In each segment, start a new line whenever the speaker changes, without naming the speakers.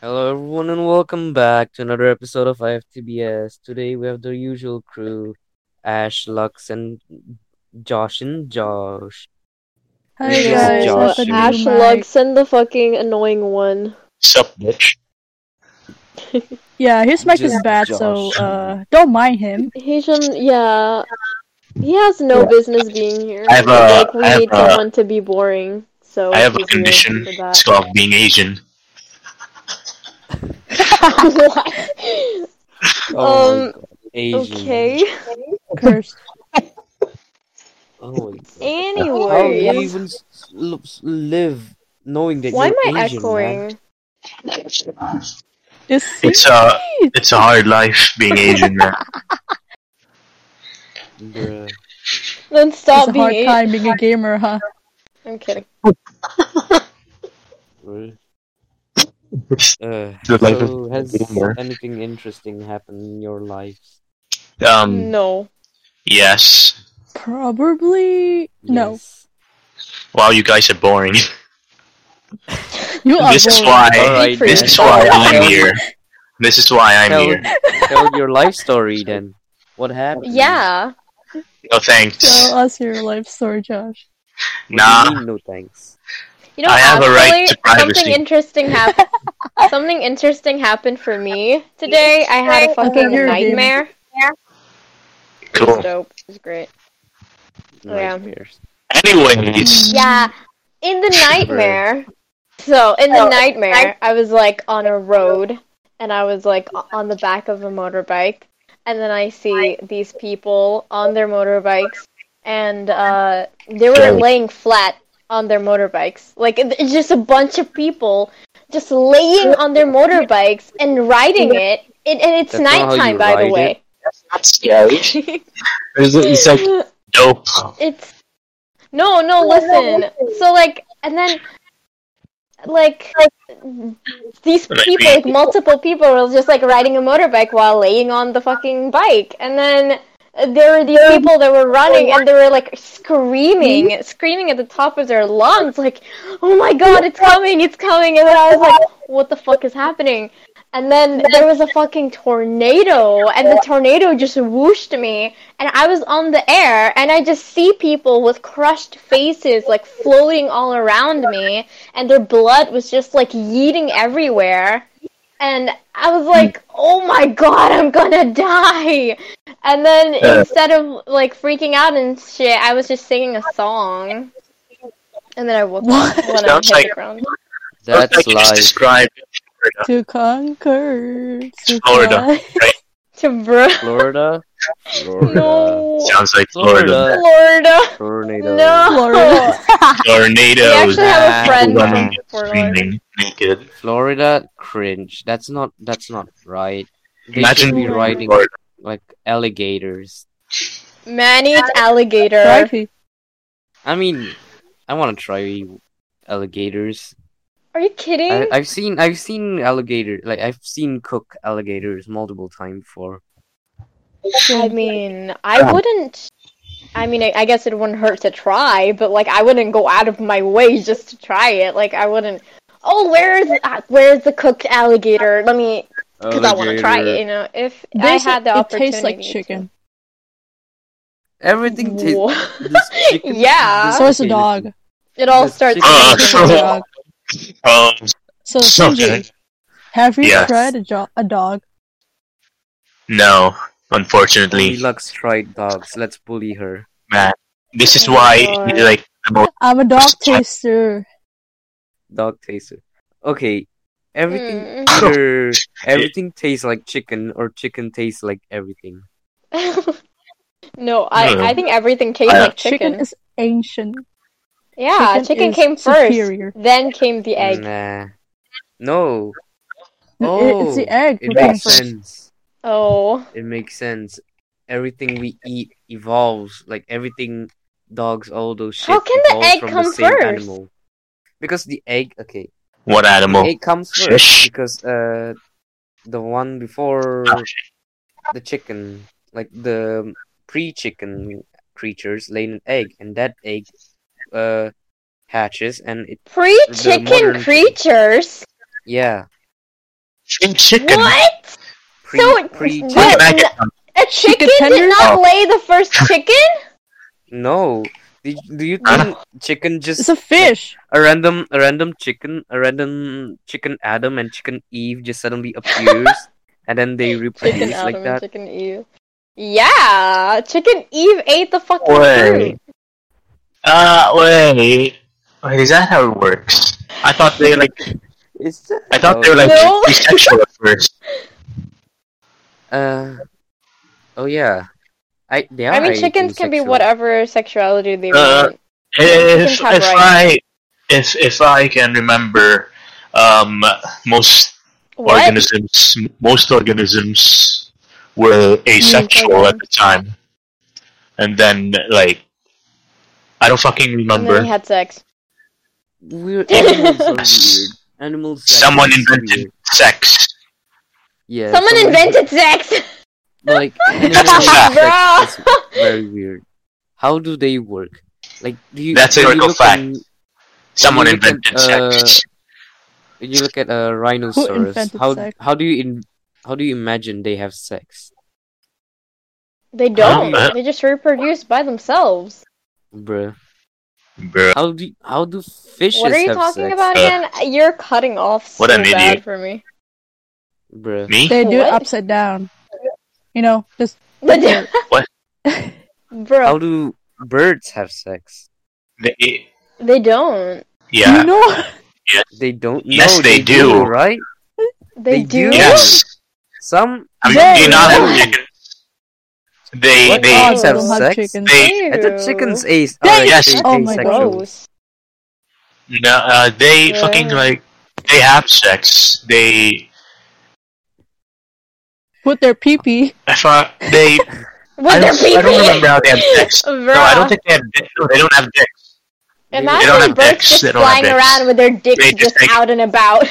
Hello, everyone, and welcome back to another episode of IFTBS. Today we have the usual crew Ash, Lux, and Josh and Josh.
Hi
It's
Hey
just
guys,
Josh
welcome
and-
to
Ash
my-
Lux and the fucking annoying one.
Sup, bitch.
Yeah, his mic is
Just
bad,
Josh.
so uh, don't mind him.
He should, yeah. He has no
Yeah.
business being here.
I have a-
like, we
I have
need
a-
someone to be boring. So
I have a
Oh, he's here
condition.
for
It's called being Asian.
that.
Oh my
Um,
God, Asian.
okay.
Oh,
Cursed.
Oh my God. How do you
Anyways,
even s- l- s- live knowing that
why am
you're
I
Asian, man?
echoing?
It's,
It's a it's a hard life being Asian, man.
Bruh.
Then
it's
stop
a
being.
hard
a-
time being a gamer, huh?
I'm kidding.
bruh. Uh,
The life
Oh.
of
so has
gamer.
anything interesting happened in your lives?
Um.
No.
Yes.
Probably no.
Yes.
Wow, you guys are boring.
You
Oh,
are
This is
boring.
why.
Alright,
This
then.
is why I'm
Tell-
here. This is why I'm
tell,
here.
tell your life story then. What happened?
Yeah.
No thanks.
Tell us your life story, Josh.
What do
Nah.
you mean, no thanks.
You know,
I have a
actually,
right to privacy.
something interesting happened. something interesting happened for me today. I had a fucking
you're a gamer.
nightmare. It was
Cool.
dope. It was great. Yeah.
Nightmares.
Anyways,
Yeah,
Mm-hmm.
in the nightmare. So in
Oh,
the nightmare, I was like on a road, and I was like o- on the back of a motorbike, and then I see these people on their motorbikes, and uh, they were
Dope.
laying flat on their motorbikes. Like it- it's just a bunch of people just laying on their motorbikes and riding it. it and it's
That's not how you
nighttime, by the
ride
way.
that's scary. It's like dope.
It's no, no. Listen. So like, and then like these
Like
people,
me.
like multiple people, were just like riding a motorbike while laying on the fucking bike, and then uh, there were these people that were running and they were like screaming, screaming at the top of their lungs, like, "Oh my god, it's coming, it's coming!" And then I was like, "What the fuck is happening?" And then there was a fucking tornado, and the tornado just whooshed me, and I was on the air, and I just see people with crushed faces, like floating all around me, and their blood was just like yeeting everywhere. And I was
Hmm.
like, oh my god, I'm gonna die! And then
Yeah.
instead of like freaking out and shit, I was just singing a song. And then I woke
What?
up when I hit
Sounds
the
like-
ground.
That's
like you just
life.
described Florida.
To conquer. To
Florida.
conquer.
To bro.
Florida? Florida.
No.
Sounds like Florida.
Florida.
Florida.
Tornado.
No.
Florida.
We
Tornadoes.
actually have
Nah.
a friend from
Running,
Florida.
screaming, naked.
Florida cringe. That's not that's not right. They
Imagine
should be
Oh my
riding
Florida.
like alligators.
Man eats alligator.
Crikey.
I mean, I want to try alligators.
Are you kidding?
I, I've seen I've seen alligator like I've seen cook alligators multiple times before.
I mean, I
Um,
wouldn't. I mean, I, I guess it wouldn't hurt to try, but like, I wouldn't go out of my way just to try it. Like, I wouldn't. Oh, where's uh, where's the cooked alligator? Let me, because I want to try it. You know, if
There's
I had the
it
opportunity,
tastes like
to.
chicken.
Everything tastes.
Wha-
this chicken-
Yeah.
this
So it's a
chicken-
dog.
It all
This
starts.
chicken-
with
A
chicken.
Uh,
dog.
Um,
So
something.
Shinji, have you
Yes.
tried a, jo- a dog?
No,
Only
unfortunately,
Lux tried dogs. Let's bully her.
man. This is
Oh
why,
my God.
like, the most
I'm a dog taster.
Dog taster. Okay. Everything
Mm.
either everything tastes like chicken or chicken tastes like everything.
no, I
No.
I think everything tastes
Uh,
like
Chicken
chicken.
is ancient.
yeah,
chicken
chicken,
is
came first.
superior.
Then came the
Mm.
egg.
Nah. No.
It-
Oh,
it's the egg
It
who came
makes
first.
sense.
Oh,
It makes sense. Everything we eat evolves. Like everything, dogs, all those shit.
How can the
evolves
egg
from
come
the same
first?
Animal. Because the egg. Okay.
What animal?
It comes first
Shush.
because uh, the one before the chicken, like the pre-chicken creatures, lay an egg, and that egg uh hatches, and it
Pre
The modern-
chicken creatures?
yeah
Chicken. chicken.
What?
pre
So,
pre
what-
Chicken, I get some.
A chicken
tender?
did not lay the first chicken?
no. Do, do you
Huh?
think chicken just
It's a fish.
a random a random chicken a random chicken Adam and chicken Eve just suddenly appears and then they reproduce
Chicken Adam
like
and
that?
Chicken Eve. Yeah, Chicken Eve ate the fucking
Wait.
fruit.
Uh, wait. Wait, is that how it works? I thought they like.
Is that
I thought they were like
No.
bisexual at first.
Uh, oh yeah, I they are.
I mean, chickens can be
asexual.
whatever sexuality they
Uh,
want.
If
Chicken
if I if if I can remember, um, most
What?
organisms most organisms were asexual at the time, and then like I don't fucking
And then
remember.
they had sex.
Weird animals are weird. Animals. like
Someone
this are
invented
weird.
sex.
Yeah.
Someone invented sex!
Like animals
That's a
are
fact.
sex- it's very weird. How do they work? Like do you?
That's a
when you
historical
look
fact.
on-
Someone
you look at,
invented sex.
when you look at a rhinoceros.
invented
How
sex?
how do you in, how do you imagine they have sex?
They don't.
Uh,
They just reproduce by themselves.
Bruh.
Bruh.
How do how do fishes
What are you
have
talking
sex?
about again? You're cutting off so
What an
bad
idiot.
for me.
Bruh.
Me?
They do it
What?
upside down. You know, just
But-
What?
How
Bro,
do birds have sex?
They,
they don't.
yeah.
you know.
They don't.
Yes,
no,
they do.
Right? They
They, do.
do.
Yes.
Some
I mean,
They
do you not have
do.
chickens? They
What
they
dogs
Dogs have
don't have
sex?
chickens.
they
Ew.
I thought chickens ace are
They-
actually
Yes.
Oh my God.
asexual.
Gross.
no, uh, they
Yeah.
fucking like they have sex. They
With their pee pee.
I thought they
With
I
their
don't,
pee
I don't remember how they have dicks.
Bruh.
No, I don't think they have. Dicks. No, they don't have dicks.
They
Imagine
don't have
birds
dicks,
just
they don't have
flying
dicks.
around with their dicks
They
just,
just take-
out and about.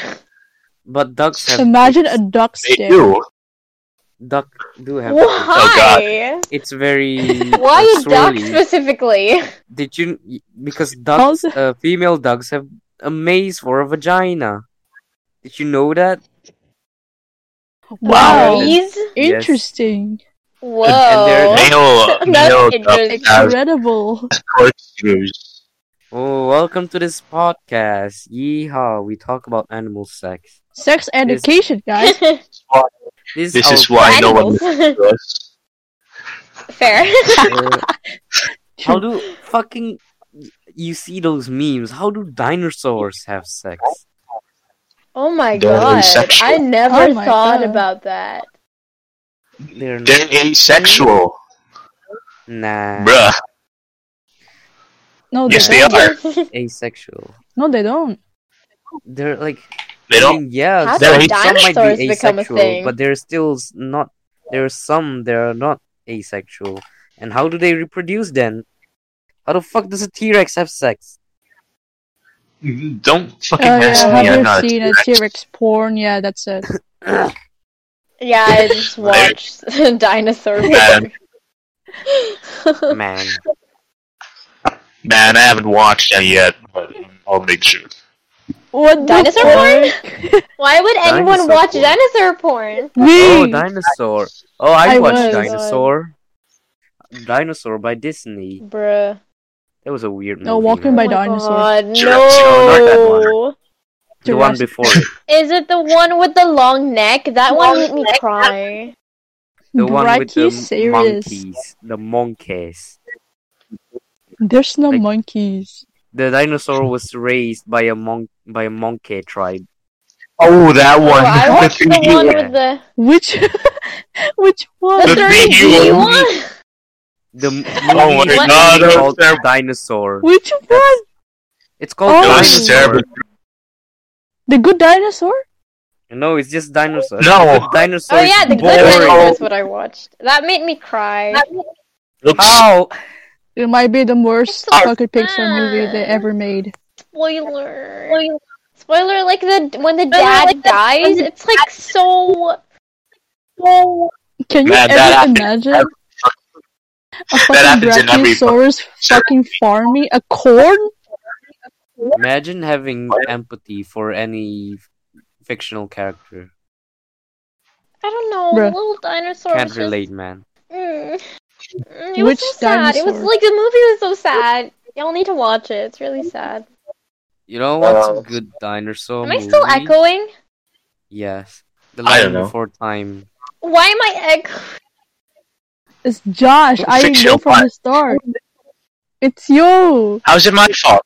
But ducks have.
Imagine a
dicks.
duck
They
stick.
do.
duck do have. dicks.
Oh,
Why?
Oh,
It's very.
Why
uh,
a duck
swirly.
specifically?
Did you? Because
How's
ducks, uh, female ducks have a maze for a vagina. Did you know that?
Wow.
Wow.
Bees?
Yes.
Interesting.
Whoa.
And they're-
Male uh,
That's
male
interesting.
have
Incredible.
corkscrews.
Oh, welcome to this podcast. Yeehaw! We talk about animal sex.
Sex education, guys.
This,
This
our
is why no
Animals.
one listens to us.
Fair.
Uh, how do fucking you see those memes? How do dinosaurs have sex?
Oh my
They're
god.
asexual.
I never
Oh my
thought
God.
about that.
They're
They're asexual,
nah
bruh.
No, they
Yes,
don't.
they are.
asexual.
No, they don't.
They're like
They
I
don't.
mean, yeah,
How
did
some, some might
dinosaurs
be
become a
asexual,
thing?
but there's still s- not. There are some that are not asexual. And how do they reproduce then? How the fuck does a T Rex have sex?
Don't
Oh,
fucking ask
yeah.
me. I'm
Have
not
you seen a
T-Rex.
T-Rex porn? Yeah, that's it.
yeah, I just watched dinosaur.
Man.
Man,
Man, I haven't watched any yet, but I'll make sure.
What the
Dinosaur
fuck?
Why would anyone
Dinosaur
watch
porn.
dinosaur porn?
oh
Me.
dinosaur! Oh, I,
I
watched
was.
Dinosaur. Dinosaur by Disney.
Bruh. Oh
That was a weird movie.
No, Walking by
man.
my
Dinosaur.
God,
Jurassic- no, not that
no.
the one
Jurassic-
before it.
Is it the one with the long neck? That one made me cry.
The one with the
Brachy, serious.
monkeys, the monkeys.
There's no
Like-
monkeys.
The dinosaur was raised by a monk by a monkey tribe.
Oh, that
Oh,
one.
I watched the one
Yeah.
with the
Which, which one?
the
The
three
big
D one.
one.
Oh,
The m-
Oh my
movie is
God, that was
called
terrible.
Dinosaur.
Which one?
It's called
Oh.
That was
Dinosaur.
terrible.
The good dinosaur?
No, it's just dinosaur.
No.
The dinosaur.
Oh
is
yeah, the good
boring.
Boring.
one. That's what I watched. That made me cry.
Looks,
How?
It might be the worst
It's so
fucking Pixar movie they
bad.
ever made.
Spoiler. Well, or like the when the dad
like the-
dies, it's like so.
Can you
Man, that
ever
happens
imagine
every-
a fucking
happens in every
brachiosaurus fucking farming a corn?
Imagine having empathy for any fictional character.
I don't know.
Bruh.
Little dinosaur.
Can't
was just-
relate, man.
Mm. Mm, It was
Which
so sad. It was
dinosaur?
like the movie was so sad. Y'all need to watch it. It's really sad.
You know what's a
Uh,
good dinosaur
Am I still
movie?
echoing?
Yes. The
I
Land
don't know.
Before Time.
Why am I echoing?
It's Josh. I didn't know
Fictional
from the start. It's you.
How's it my fault?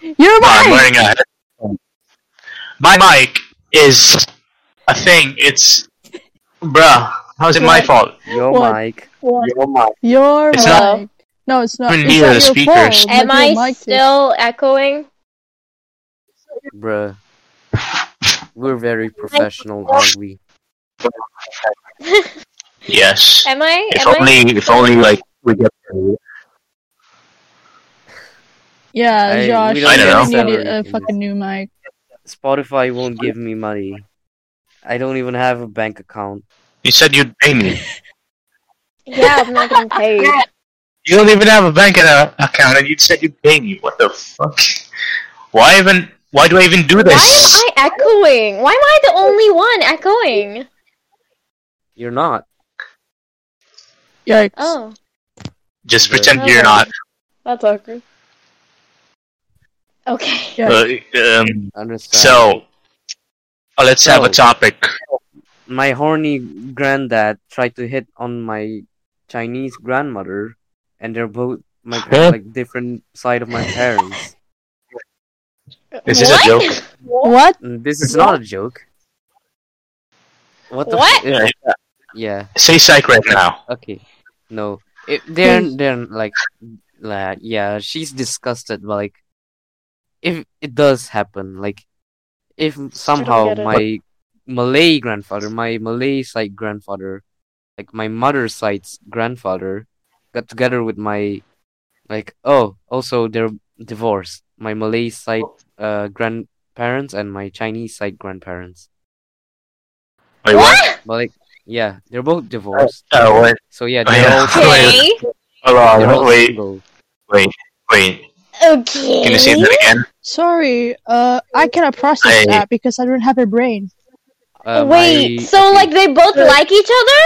You're
No,
mine.
I'm wearing a My mic is a thing. It's bruh. How's it my fault?
Yo,
What?
Mike.
Your mic.
You're
It's
not-
mine. No, it's not.
Even
It's
near
not
the
your
speakers.
fault,
Am
but your
I
mic is-
still echoing?
Bruh. We're very professional, aren't we?
Yes.
Am I?
If
Am I?
only, if only, like we get.
Yeah,
I-
Josh.
we
You
don't know.
needed
Salary
a
in
fucking new mic.
Spotify won't give me money. I don't even have a bank account.
You said you'd pay me.
Yeah, I'm not getting paid.
You don't even have a bank a- account, and you said you'd pay me. What the fuck? Why even? Why do I even do
Why am
this?
I echoing? Why am I the only one echoing?
You're not.
Yikes.
Oh,
Just pretend
Oh.
you're not.
that's awkward. Okay.
Yeah.
Uh, um,
Understand?
so, uh, let's have a
So-
topic.
my horny granddad tried to hit on my Chinese grandmother, and they're both my
Huh?
like different side of my parents.
Is this a joke?
What?
And this is not a joke. What the
What?
fu- it- yeah.
Say psych right now.
Okay. No. It, they're they're like, like yeah. She's disgusted. But, like, if it does happen, like, if somehow
get it.
my Malay grandfather, my Malay side grandfather, like my mother's side's grandfather, got together with my, like oh also they're divorced. My Malay side uh grandparents and my Chinese side grandparents.
Wait, what?
But like yeah, they're both divorced.
Oh, wait.
So yeah,
Oh,
they're
yeah.
all
Okay.
Hold on,
They're all
wait,
single.
wait, wait.
Okay.
Can you say that again?
Sorry. Uh, I cannot process
Hey.
that because I don't have a brain.
Uh,
Wait,
my-
so
okay.
like they both like each other?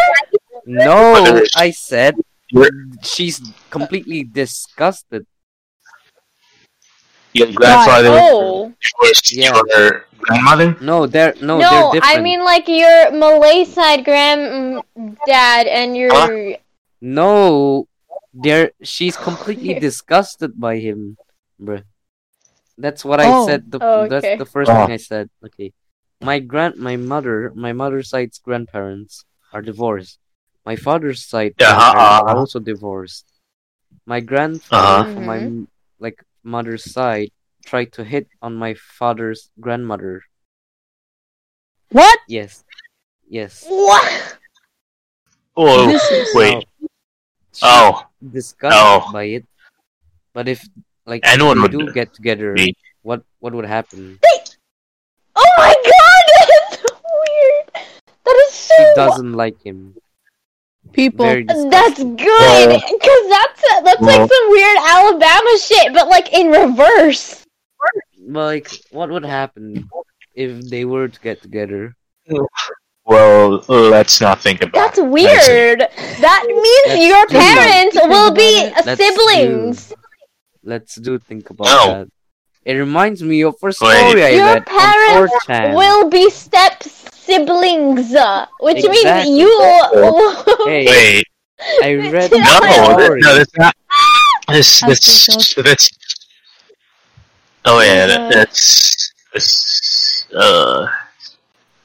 no,
Others.
I said
You're-
she's completely disgusted.
Your grandfather
Oh.
divorced
Yeah.
your grandmother?
No, they're no,
No,
they're different.
I mean like your Malay side granddad and your
no, they're she's completely
Okay.
disgusted by him, bruh. That's what I
Oh.
said. The,
Oh, okay.
That's the first
Oh.
thing I said. Okay, my grand, my mother, my mother's side's grandparents are divorced. My father's side
Yeah, uh,
grandparents are
uh.
also divorced. My grandfather,
Uh-huh.
from my m- like mother's side, tried to hit on my father's grandmother.
What?
Yes, yes.
what?
Oh,
This is-
wait.
She's
Oh,
disgusted
No.
by it. But if like
Oh. Anyone
we
would
do get together,
be.
what what would happen?
Oh my god, that is so weird. That is so
She doesn't like him.
People.
Very disgusted.
That's good, cause that's that's
Well-
like some weird Alabama shit, but like in reverse.
But, like what would happen if they were to get together?
well, let's not think about
That's weird. That means
That's
your
true.
parents
Think
will
about
be
it.
uh,
That's
siblings.
Let's do think about
No.
that. It reminds me of first
Wait.
story I
Your
read on
parents
4chan.
Will be step siblings, uh, which
Exactly.
means you.
Hey,
Wait,
I read
No,
no,
that
that,
story.
no, that's not. This,
That's
this, this. Oh yeah, that, that's. That's. Uh,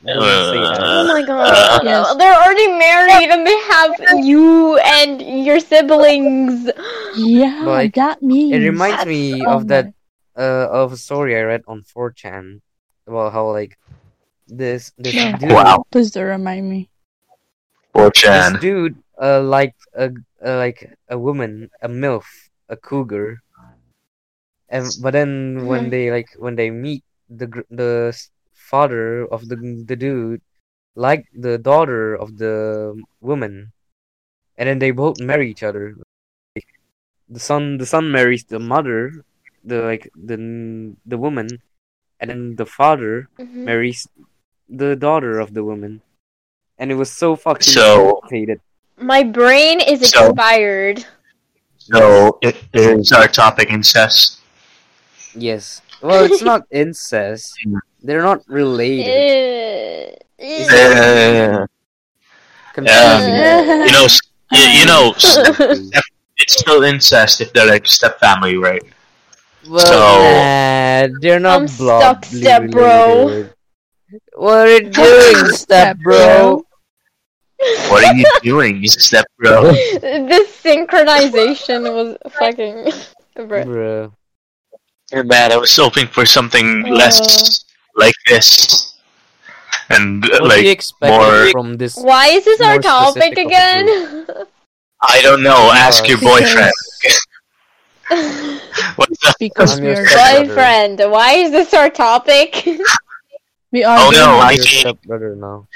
I wouldn't say that.
Oh
uh,
my god.
Uh,
Yes.
They're already married and they have you and your siblings.
Yeah,
Like,
that means.
It reminds me
Oh
of that uh, of a story I read on 4chan about how like this this
No.
dude
Wow.
Please don't remind me.
Or
this
Chan.
dude uh like a uh, like a woman a milf a cougar, and but then when
Mhm.
they like when they meet the gr- the s- father of the the dude liked the daughter of the woman, and then they both marry each other. The son the son marries the mother, the like the the woman, and then the father
Mhm.
marries the daughter of the woman, and it was so fucking
So-
complicated.
My brain is
So-
expired.
So it is our topic incest.
Yes. Well, it's not incest. They're not related.
Eh,
um,
eh.
Uh,
Confusing.
you know, s- you, you know, s- it's still incest if they're like step family, right?
Well, nah, they're not
I'm
blood
stuck, step bro.
related. What are you doing, step bro?
What are you doing, you step bro?
this synchronization was fucking. Bro.
Bro.
Man, I was hoping for something less like this, and uh,
What do you
like
expect
more-
from this?
Why is this our
More
topic
specific
again?
I don't know. Ask your
Because-
boyfriend. What's the
Because
I'm
we
your
are,
step-
Boyfriend, why is this our topic?
we are.
Oh, no,
doing-
I-
Your stepbrother now.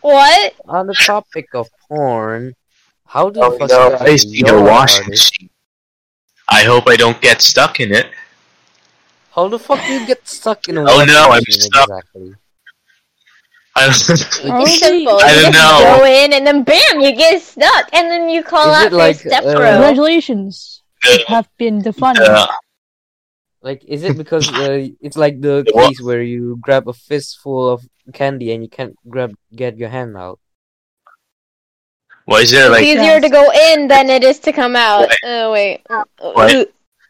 what?
On the topic of porn, how do
Oh
fucking
no, I see
porn
your washing
artists-
machine. I hope I don't get stuck in it.
How the fuck do you get stuck in a
Oh, no,
washing
I'm
machine
stuck.
Exactly.
I
Oh,
It's simple.
I
you just
don't know.
go in and then bam, you get stuck, and then you call
Is
out
it
your
like,
step
uh,
bro.
Congratulations. You
the,
have been the funniest.
the,
Like, is it because uh, it's like the
The what?
case where you grab a fistful of candy and you can't grab get your hand out?
why is there like
it's easier to go in than it is to come out. Oh wait.
What?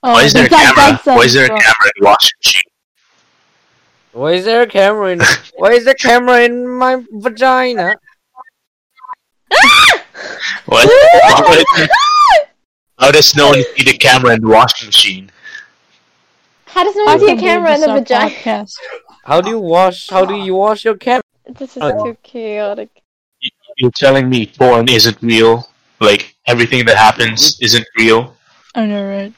oh,
why is there a
because
camera?
that's a-
Why is there a camera in the washing machine?
Why is there a camera in? Why is there a camera in my vagina?
What? How does- How does no one see the camera in the washing machine?
How does no
I
one see a
can't believe
camera in
this is our
the vagina?
podcast.
How do you wash? How do you wash your camera?
This is
Oh.
too chaotic.
You're telling me porn isn't real? Like everything that happens isn't real?
I know, right?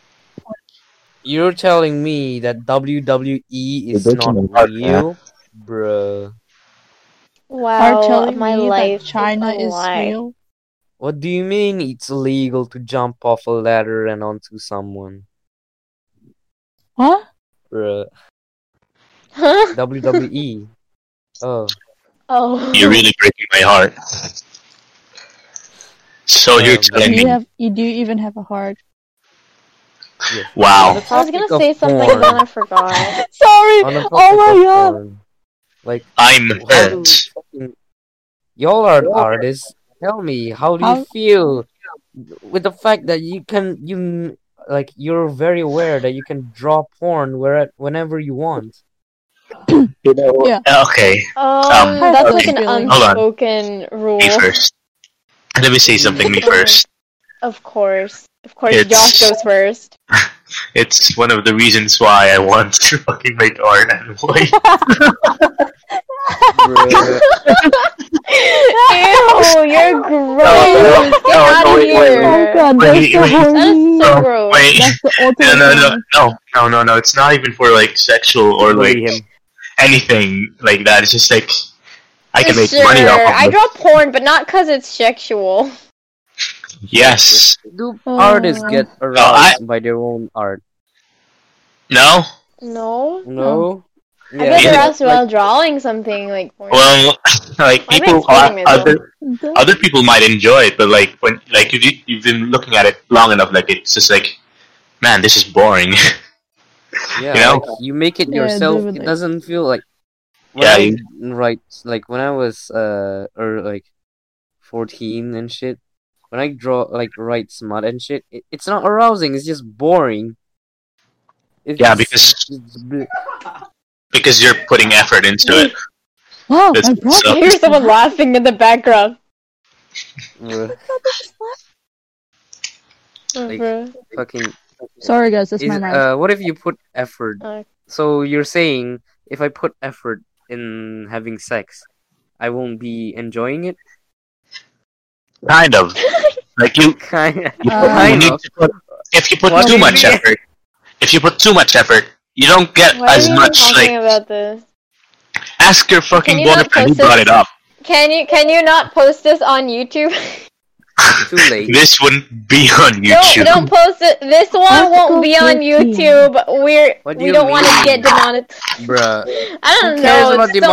You're telling me that WWE is
You're
not
bitching about
real, bruh.
Wow,
are telling
my
me
life.
that China
is, a
is
lie.
real.
What do you mean it's illegal to jump off a ladder and onto someone,
What?
bruh?
Huh?
WWE. Oh,
Oh.
You're really breaking my heart. So you're
Um,
telling
Do
me,
you have? You do even have a heart?
yes. On the
wow.
I was gonna
topic of
say something
porn-
and then I forgot.
Sorry.
on the topic
Oh my
of
god.
porn, Like,
I'm
how do
hurt.
fucking- y'all are artists? Tell me, how do you
How-
feel with the fact that you can you like you're very aware that you can draw porn where whenever you want.
You know,
Yeah.
Okay,
Um,
Um,
that's like
okay.
an
Hold
on.
unspoken rule.
me first. Let me say something, me first.
Of course. Of course,
It's-
Josh goes first.
It's one of the reasons why I want to fucking make art and why
Ew, you're
no,
gross. Get
no,
out
no,
of
wait, wait,
here.
Oh god,
Wait,
that's so
That
wait.
is
horny.
so
No,
gross.
Oh, wait.
That's the
No,
ultimate.
no, no,
one.
no, no, no, no. It's not even for like sexual or like
Bully him.
anything like that. It's just like I can
For
make
sure.
money off
I
of it.
draw porn, but not because it's sexual.
Yes.
Do artists
Oh.
get aroused by their own art?
No.
No.
No.
I get
Yeah.
aroused while drawing something like porn.
Well, like
Why am I
people,
explaining myself?
other other people might enjoy it, but like when like you did- you've been looking at it long enough, like it's just like, man, this is boring.
Yeah,
You know?
like you make it
Yeah,
yourself.
do
It
it.
doesn't feel like when
Yeah,
I
you-
was- right. Like when I was uh or like fourteen and shit. When I draw like write smut and shit, it, it's not arousing. It's just boring. It's
Yeah,
just-
because-
it's bl-
because you're putting effort into it.
Wow,
That's-
my brother.
I hear someone laughing in the background.
uh, Like-
Bruh.
fucking.
Sorry, guys, that's
Is,
my mic.
uh, what if you put effort?
Uh.
So you're saying if I put effort in having sex, I won't be enjoying it?
Kind of. Like you,
Kind,
you
Uh,
you
kind
need
of.
to put, if you put
What do
too
you
much
mean?
effort, if you put too much effort, you don't get
Why
as
are we
much.
talking
Like,
about this?
ask your fucking
you
boyfriend
not
if he
post
brought
it?
it up.
Can you can you not post this on YouTube?
Too late.
This wouldn't be on
No,
YouTube.
don't post it. This one won't be on YouTube. We're
What do
we
you
don't want to
mean?
get demonetized.
Bruh.
I don't
Who cares
know.
about
it's so-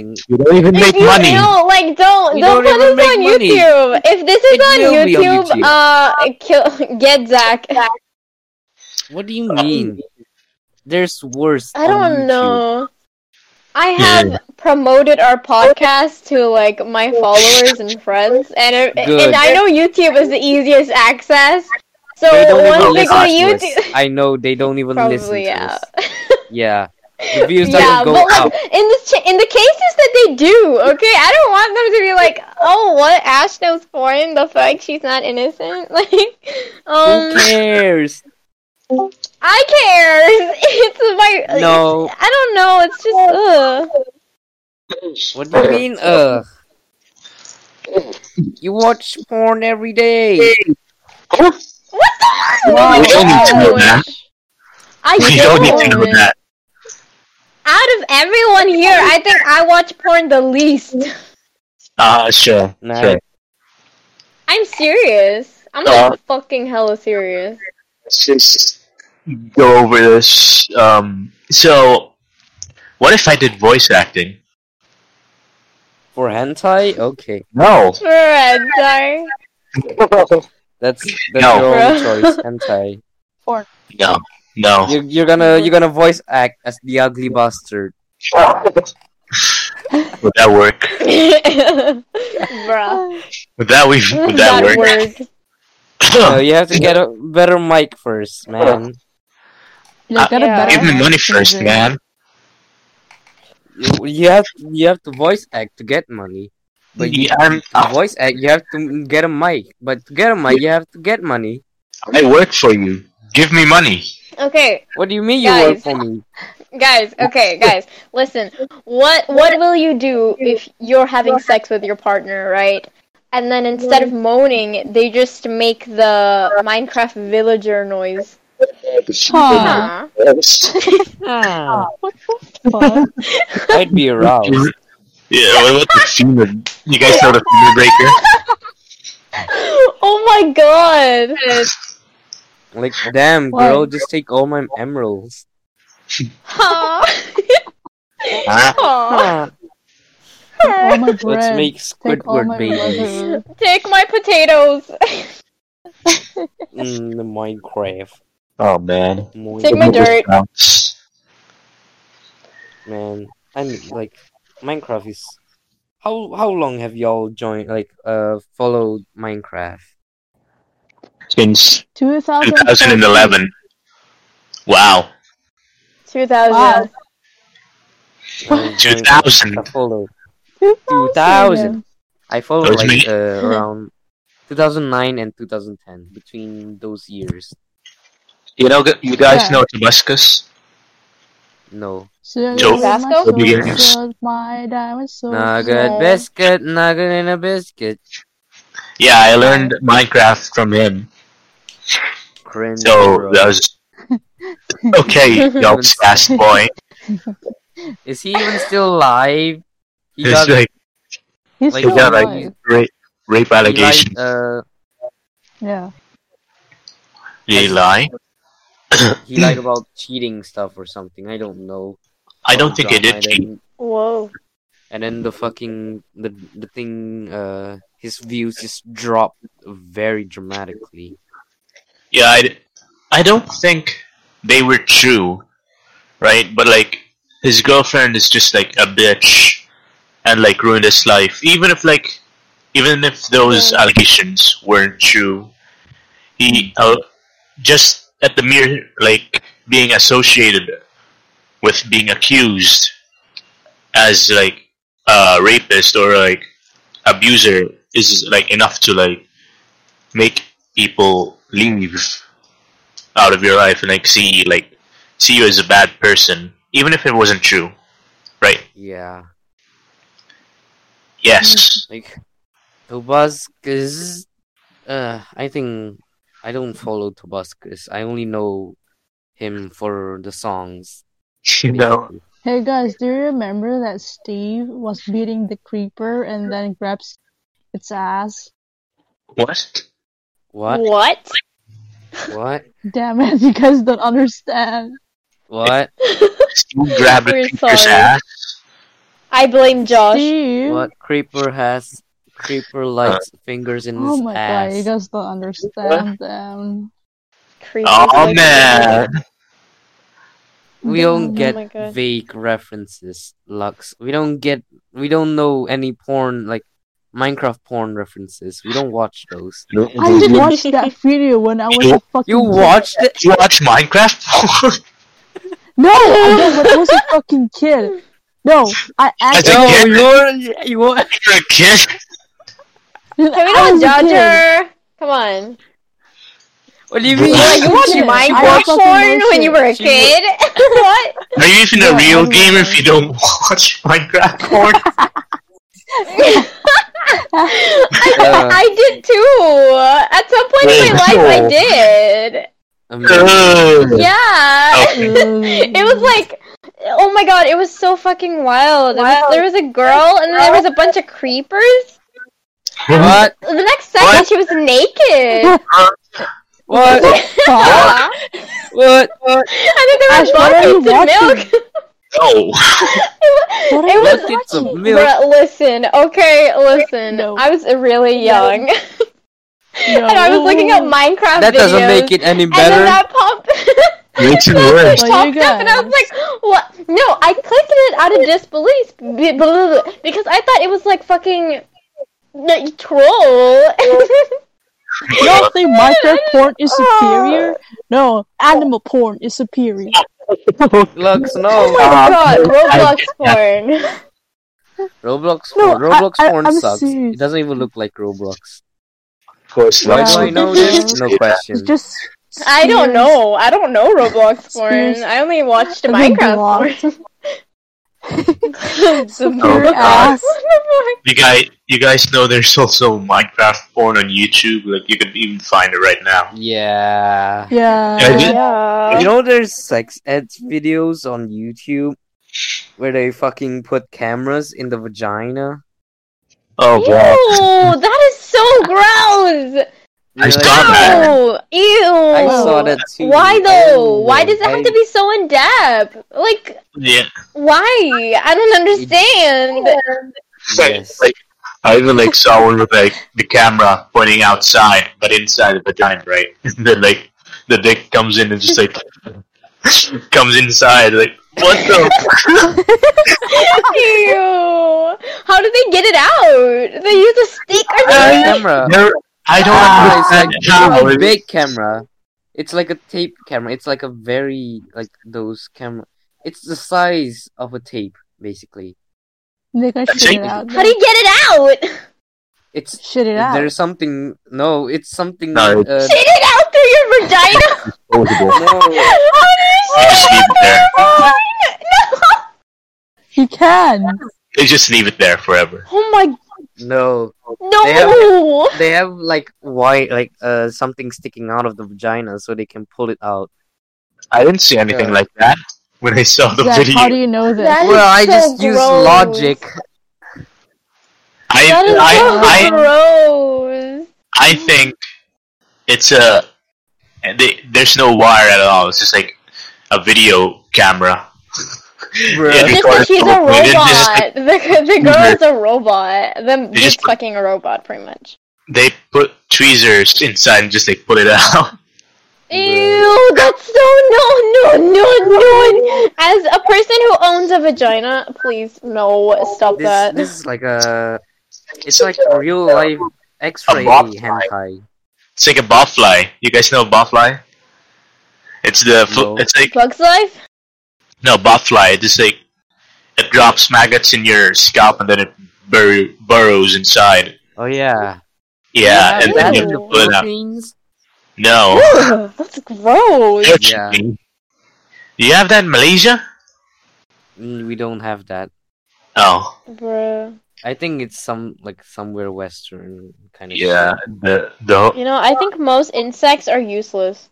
demonetizing?
You don't even make
you
money.
No, like don't
We
don't,
don't even
put this
make
on
money.
YouTube. If this is
It
on
will be on
YouTube,
YouTube.
uh, kill, get Zach.
What do you mean? There's worse.
I
on
don't
YouTube.
know. I
Yeah.
have promoted our podcast to like my followers and friends, and it,
Good.
and I know YouTube is the easiest access. So
They don't even
once we go
listen
to
to us.
YouTube,
I know they don't even listen to
probably yeah.
us. Yeah. The views
yeah,
doesn't go
but like
up.
in the ch- in the cases that they do, okay, I don't want them to be like, oh, what Ash knows foreign, the fuck, she's not innocent. Like, um,
Who cares?
I care. It's my
No.
it's- I don't know. It's just ugh.
What do you mean? Ugh. You watch porn every day.
what the fuck?
Wow.
We don't need to know that.
I
We don't need to know
don't.
that.
Out of everyone here, I think I watch porn the least.
Ah, sure.
Nah.
Sure.
I'm serious. I'm
Uh,
like fucking hella serious.
Let's just go over this. Um, so, what if I did voice acting?
For hentai? Okay.
No.
Red, sorry.
That's that's
No.
your only
Bruh.
choice. Hentai.
No. No.
You're, you're gonna you're gonna voice act as the ugly bastard.
Would that work?
Bruh.
Would that we? Would that
That
work?
word.
No, you have to get a better mic first, man.
Yeah, got a
Yeah.
better
Give me money
mic than
first,
this.
man.
You, you have you have to voice act to get money. But you
Yeah, I'm,
to voice act you have to get a mic. But to get a mic you have to get money.
I work for you. Give me money.
Okay,
What do you mean you work
Guys.
for me?
guys. Okay, guys. Listen. What what will you do if you're having sex with your partner, right? And then instead of moaning, they just make the Minecraft villager noise.
Huh.
Huh.
Fuck.
I'd be aroused.
Yeah, what about the femur? You guys know the femur breaker?
oh my god.
Like damn
Why?
girl, just take all my emeralds.
Huh.
Huh?
Huh.
All my bread.
Let's make
Take all
Squidward
my
babies
bread.
Take my potatoes.
in the Minecraft.
Oh man.
Take my
Minecraft,
dirt.
man. I mean like Minecraft is how how long have y'all joined like uh followed Minecraft?
Since
2000
2011. Wow.
2000.
Wow.
I joined-
2000.
I followed.
2000.
I follow
Those
like
many-
uh, around 2009 and 2010 between those years.
You know, gu- you guys
Yeah.
know Tabascus?
No,
So
Joe.
so
Vasco?
The beginnings.
good, my diamond so
nugget
small.
biscuit, nugget in a biscuit.
Yeah, I learned Minecraft from him.
Cringe.
So
bro.
that was okay, yo, fast boy.
Is he even still alive? He
It's
got,
like
He's
Like,
still
yeah, like-
alive.
rape, rape
he lied,
allegation.
uh,
Yeah.
Did he lie?
he lied about cheating stuff or something. I don't know.
I don't think he
Drama,
did cheat.
and then-
Whoa.
And then the fucking the the thing uh his views just dropped very dramatically.
Yeah, I, d- I don't think they were true, right? But like his girlfriend is just like a bitch, and like ruined his life. Even if like, even if those
Yeah.
allegations weren't true, he uh, just at the mere like being associated with being accused as like a rapist or like abuser is like enough to like make people leave out of your life and like see like see you as a bad person even if it wasn't true right
Yeah.
yes
Like Tobascus uh I think I don't follow Tobascus. I only know him for the songs.
You know,
Hey guys, do you remember that Steve was beating the creeper and then grabs its ass?
what?
What? What?
What?
What?
Damn it, you guys don't understand.
What?
Steve grabbed
We're
a creeper's
sorry.
ass.
I blame Josh.
Steve.
Creeper has creeper likes fingers in
Oh
his
my
ass.
god, you guys don't understand them.
Creepy.
Oh man,
we don't
Oh
get
my God.
vague references, Lux. We don't get we don't know any porn like Minecraft porn references. We don't watch those.
I
did
just
you-
watched that video when I was a fucking
You watched it?
you watch Minecraft?
No, I did when I was a fucking kid. No, I
As
actually
a
No,
kid?
you're you wa-
You're a kid.
Can we not judge her? Come on.
What do you mean?
What, you watched
Yeah, I
Minecraft
fucking
porn
watched
when
it.
you were a
She
kid? what?
Are you even
Yeah,
a real
I'm
gamer
not.
if you don't watch Minecraft porn?
I,
Uh.
I did too. At some point in my life, I did.
Um,
Ugh.
Yeah. Oh.
Okay.
Mm.
It was like, oh my god, it was so fucking wild. It was- there was a girl, and then there was a bunch of creepers.
what?
The next second,
What?
she was naked.
What?
Fuck.
Yeah.
What? What?
And then there
Ash,
were
what are you
buckets of
watching?
milk.
No.
It wa-
What are
it
you
was
Buckets of milk.
Bruh, listen, okay, listen.
No.
I was really
No.
young, and I was looking at Minecraft
That doesn't
videos,
make it any
and then
better.
that popped,
Makes it
But
worse.
you
popped up, and I was
guys-
like, "What? No!" I clicked it out of disbelief b- blah, blah, blah, because I thought it was like fucking like, troll.
You don't think Minecraft porn is superior? No, animal porn is superior.
Lux,
oh
no.
my
Uh,
god, Roblox
I-
porn.
Roblox
No,
porn. Roblox
I- I-
porn
I'm
sucks.
serious.
It doesn't even look like Roblox.
Of course,
Yeah.
Why
like
do I
so-
know
this?
this? No
Yeah.
It's
question.
just.
I don't know. I don't know Roblox porn.
Spears.
I only watched
And then
Minecraft porn. The
Superior
Oh, God.
ass.
You guys, you guys know there's also Minecraft porn on YouTube. Like you can even find it right now.
Yeah.
Yeah,
Yeah.
just-
Yeah.
You know, there's sex ed videos on YouTube where they fucking put cameras in the vagina.
Oh
Ew,
wow.
that is so gross.
I
You're like,
saw that.
Ew, ew.
I saw that too.
Oh, Why though?
Oh,
why does it have
I-
to be so in depth? Like,
Yeah.
why? I don't understand.
Yes.
Like I even like saw one with like the camera pointing outside, but inside the vagina, right? And then like the dick comes in and just like comes inside. Like what the?
ew. How do they get it out? They use a stick or
There's a
something.
camera.
There- I don't
Ah, it's
understand
like
how.
a
it-
big camera. It's like a tape camera. It's like a very like those camera. It's the size of a tape, basically.
They're gonna shit it out.
How do you get it out?
It's
Shit it out.
there's something. No, it's something.
No,
uh,
Shit it out through your vagina.
disposable.
no,
How do
They
you
just
shit
leave
it
it there.
out? No.
You can.
They just leave it there forever.
Oh my
no.
no.
They have- They have like why like uh something sticking out of the vagina so they can pull it out.
I didn't see anything
Yeah.
like that when I saw the
Zach,
video.
how do you know this?
That
well, I
is so
just use
gross.
logic.
I,
That is
I,
so
I,
gross.
I think it's a. They, there's no wire at all. It's just like a video camera.
Bruh. Just
It
Just
records
like she's a
both. They didn't just, like,
robot. The, the girl is a robot. The
They just
it's
put-
fucking a robot, pretty much.
they put tweezers inside and just like pull it out.
Ew, that's so no, no, no, no. As a person who owns a vagina, please no, stop
This,
that.
this is like a. It's like a real life X-ray
box
hentai.
It's like a botfly. You guys know botfly? It's the. fl-
No.
It's like
Bugs life.
no botfly. It's just like it drops maggots in your scalp and then it bur- burrows inside.
Oh yeah.
Yeah, and then
that's
you
in the
have to pull it out.
Philippines.
No.
Ew,
Oh.
that's gross.
Yeah.
Do you have that in Malaysia?
Mm, We don't have that.
Oh,
Bruh.
I think it's some like somewhere western kind of.
yeah. The the
You know, I think most insects are useless.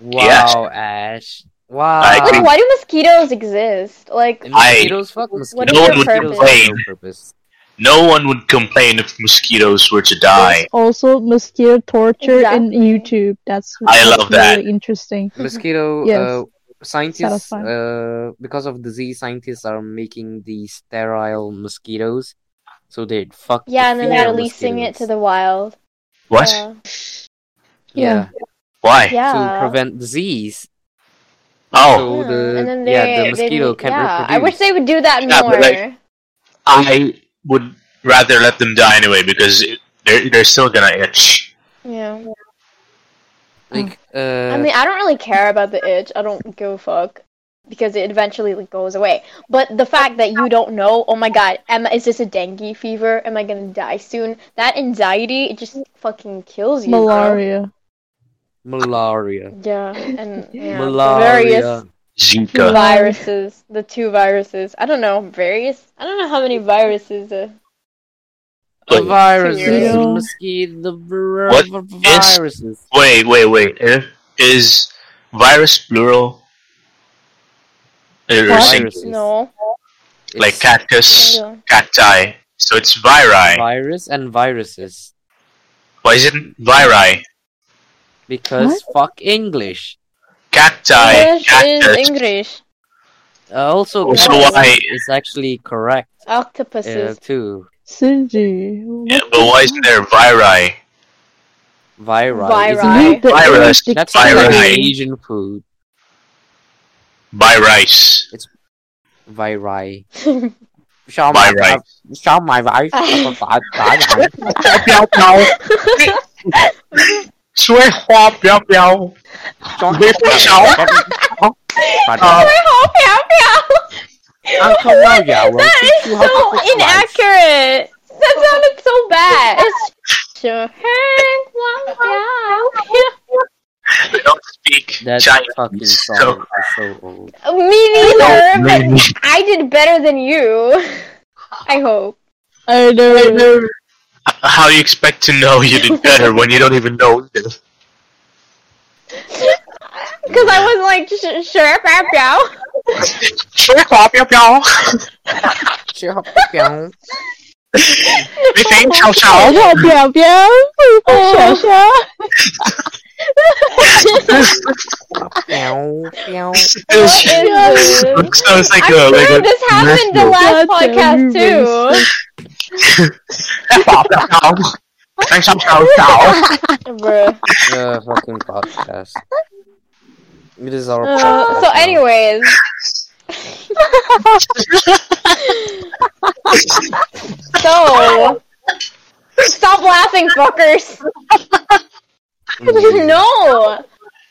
shit.
Yes.
Wow, Ash. Wow.
I
Like,
agree.
why do mosquitoes exist? Like,
And
I-
mosquitoes, fuck mosquitoes.
is their
mosquitoes
purpose?
have no purpose.
No one would complain if mosquitoes were to die.
Also, mosquito torture
Exactly.
in YouTube. That's,
I
that's
love that.
really interesting.
Mosquito
Yes.
uh, scientists
Satisfying.
uh, because of disease scientists are making these sterile mosquitoes. So they fuck the
yeah, and then they're
female
releasing it
mosquitoes.
to the wild.
What?
yeah,
Yeah.
Why?
Uh, yeah.
to prevent disease. So
Oh,
Yeah,
the
and then they,
uh, yeah,
they-
the mosquito can
yeah,
reproduce.
I wish they would do that
Yeah,
more.
but, like, I would rather let them die anyway because it- they're they're still gonna itch.
yeah.
Hmm.
like uh,
I mean, I don't really care about the itch. I don't give a fuck because it eventually like, goes away. But the fact that you don't know, oh my god, am is this a dengue fever? Am I gonna die soon? That anxiety, it just fucking kills you. bro.
Malaria.
malaria,
Yeah, and yeah, the various
malaria.
Zika.
Malaria.
viruses, the two viruses. I don't know, various. I don't know how many viruses. Uh,
The
Wait.
viruses,
Mosquito.
mosquito, the vir-
What is-
viruses.
Wait, wait, wait. If- Is virus plural? Or
What?
singular?
Viruses.
no,
Like
It's
cactus,
singular.
cacti. So it's viri.
virus and viruses
Why is it viri?
because fuck English.
Cacti,
English is
cactus.
English.
Uh, also,
Also
because
why-
it's actually correct uh,
Octopuses.
too.
Sinji.
Yeah,
what
but
the
why is
fuck?
there viri?
Viri.
Viri.
Isn't-
Read the
Virus.
English
That's not like
Viri.
an
dictionary.
Asian food.
Virice.
Viri.
Viri.
Show my
Viri.
show my wife.
Oh. That is so inaccurate. That sounded so bad. It's- Sure.
I don't speak
That
Chinese.
fucking
so-
song is so old.
Me neither,
Maybe.
but I did better than you. I hope.
I know.
How you expect to know you did better when you don't even know this?
Because I was like, "Sh- sure, pow, pow.
Yeah, yeah, yeah. Sha, sha.
What is this?
Sounds like
I'm
a
sure
like a
this happened the last
God damn,
podcast
you
too. Bruh.
Uh, fucking podcast. It is our
Uh, so,
podcast now.
anyways, so stop laughing, fuckers.
Mm.
no.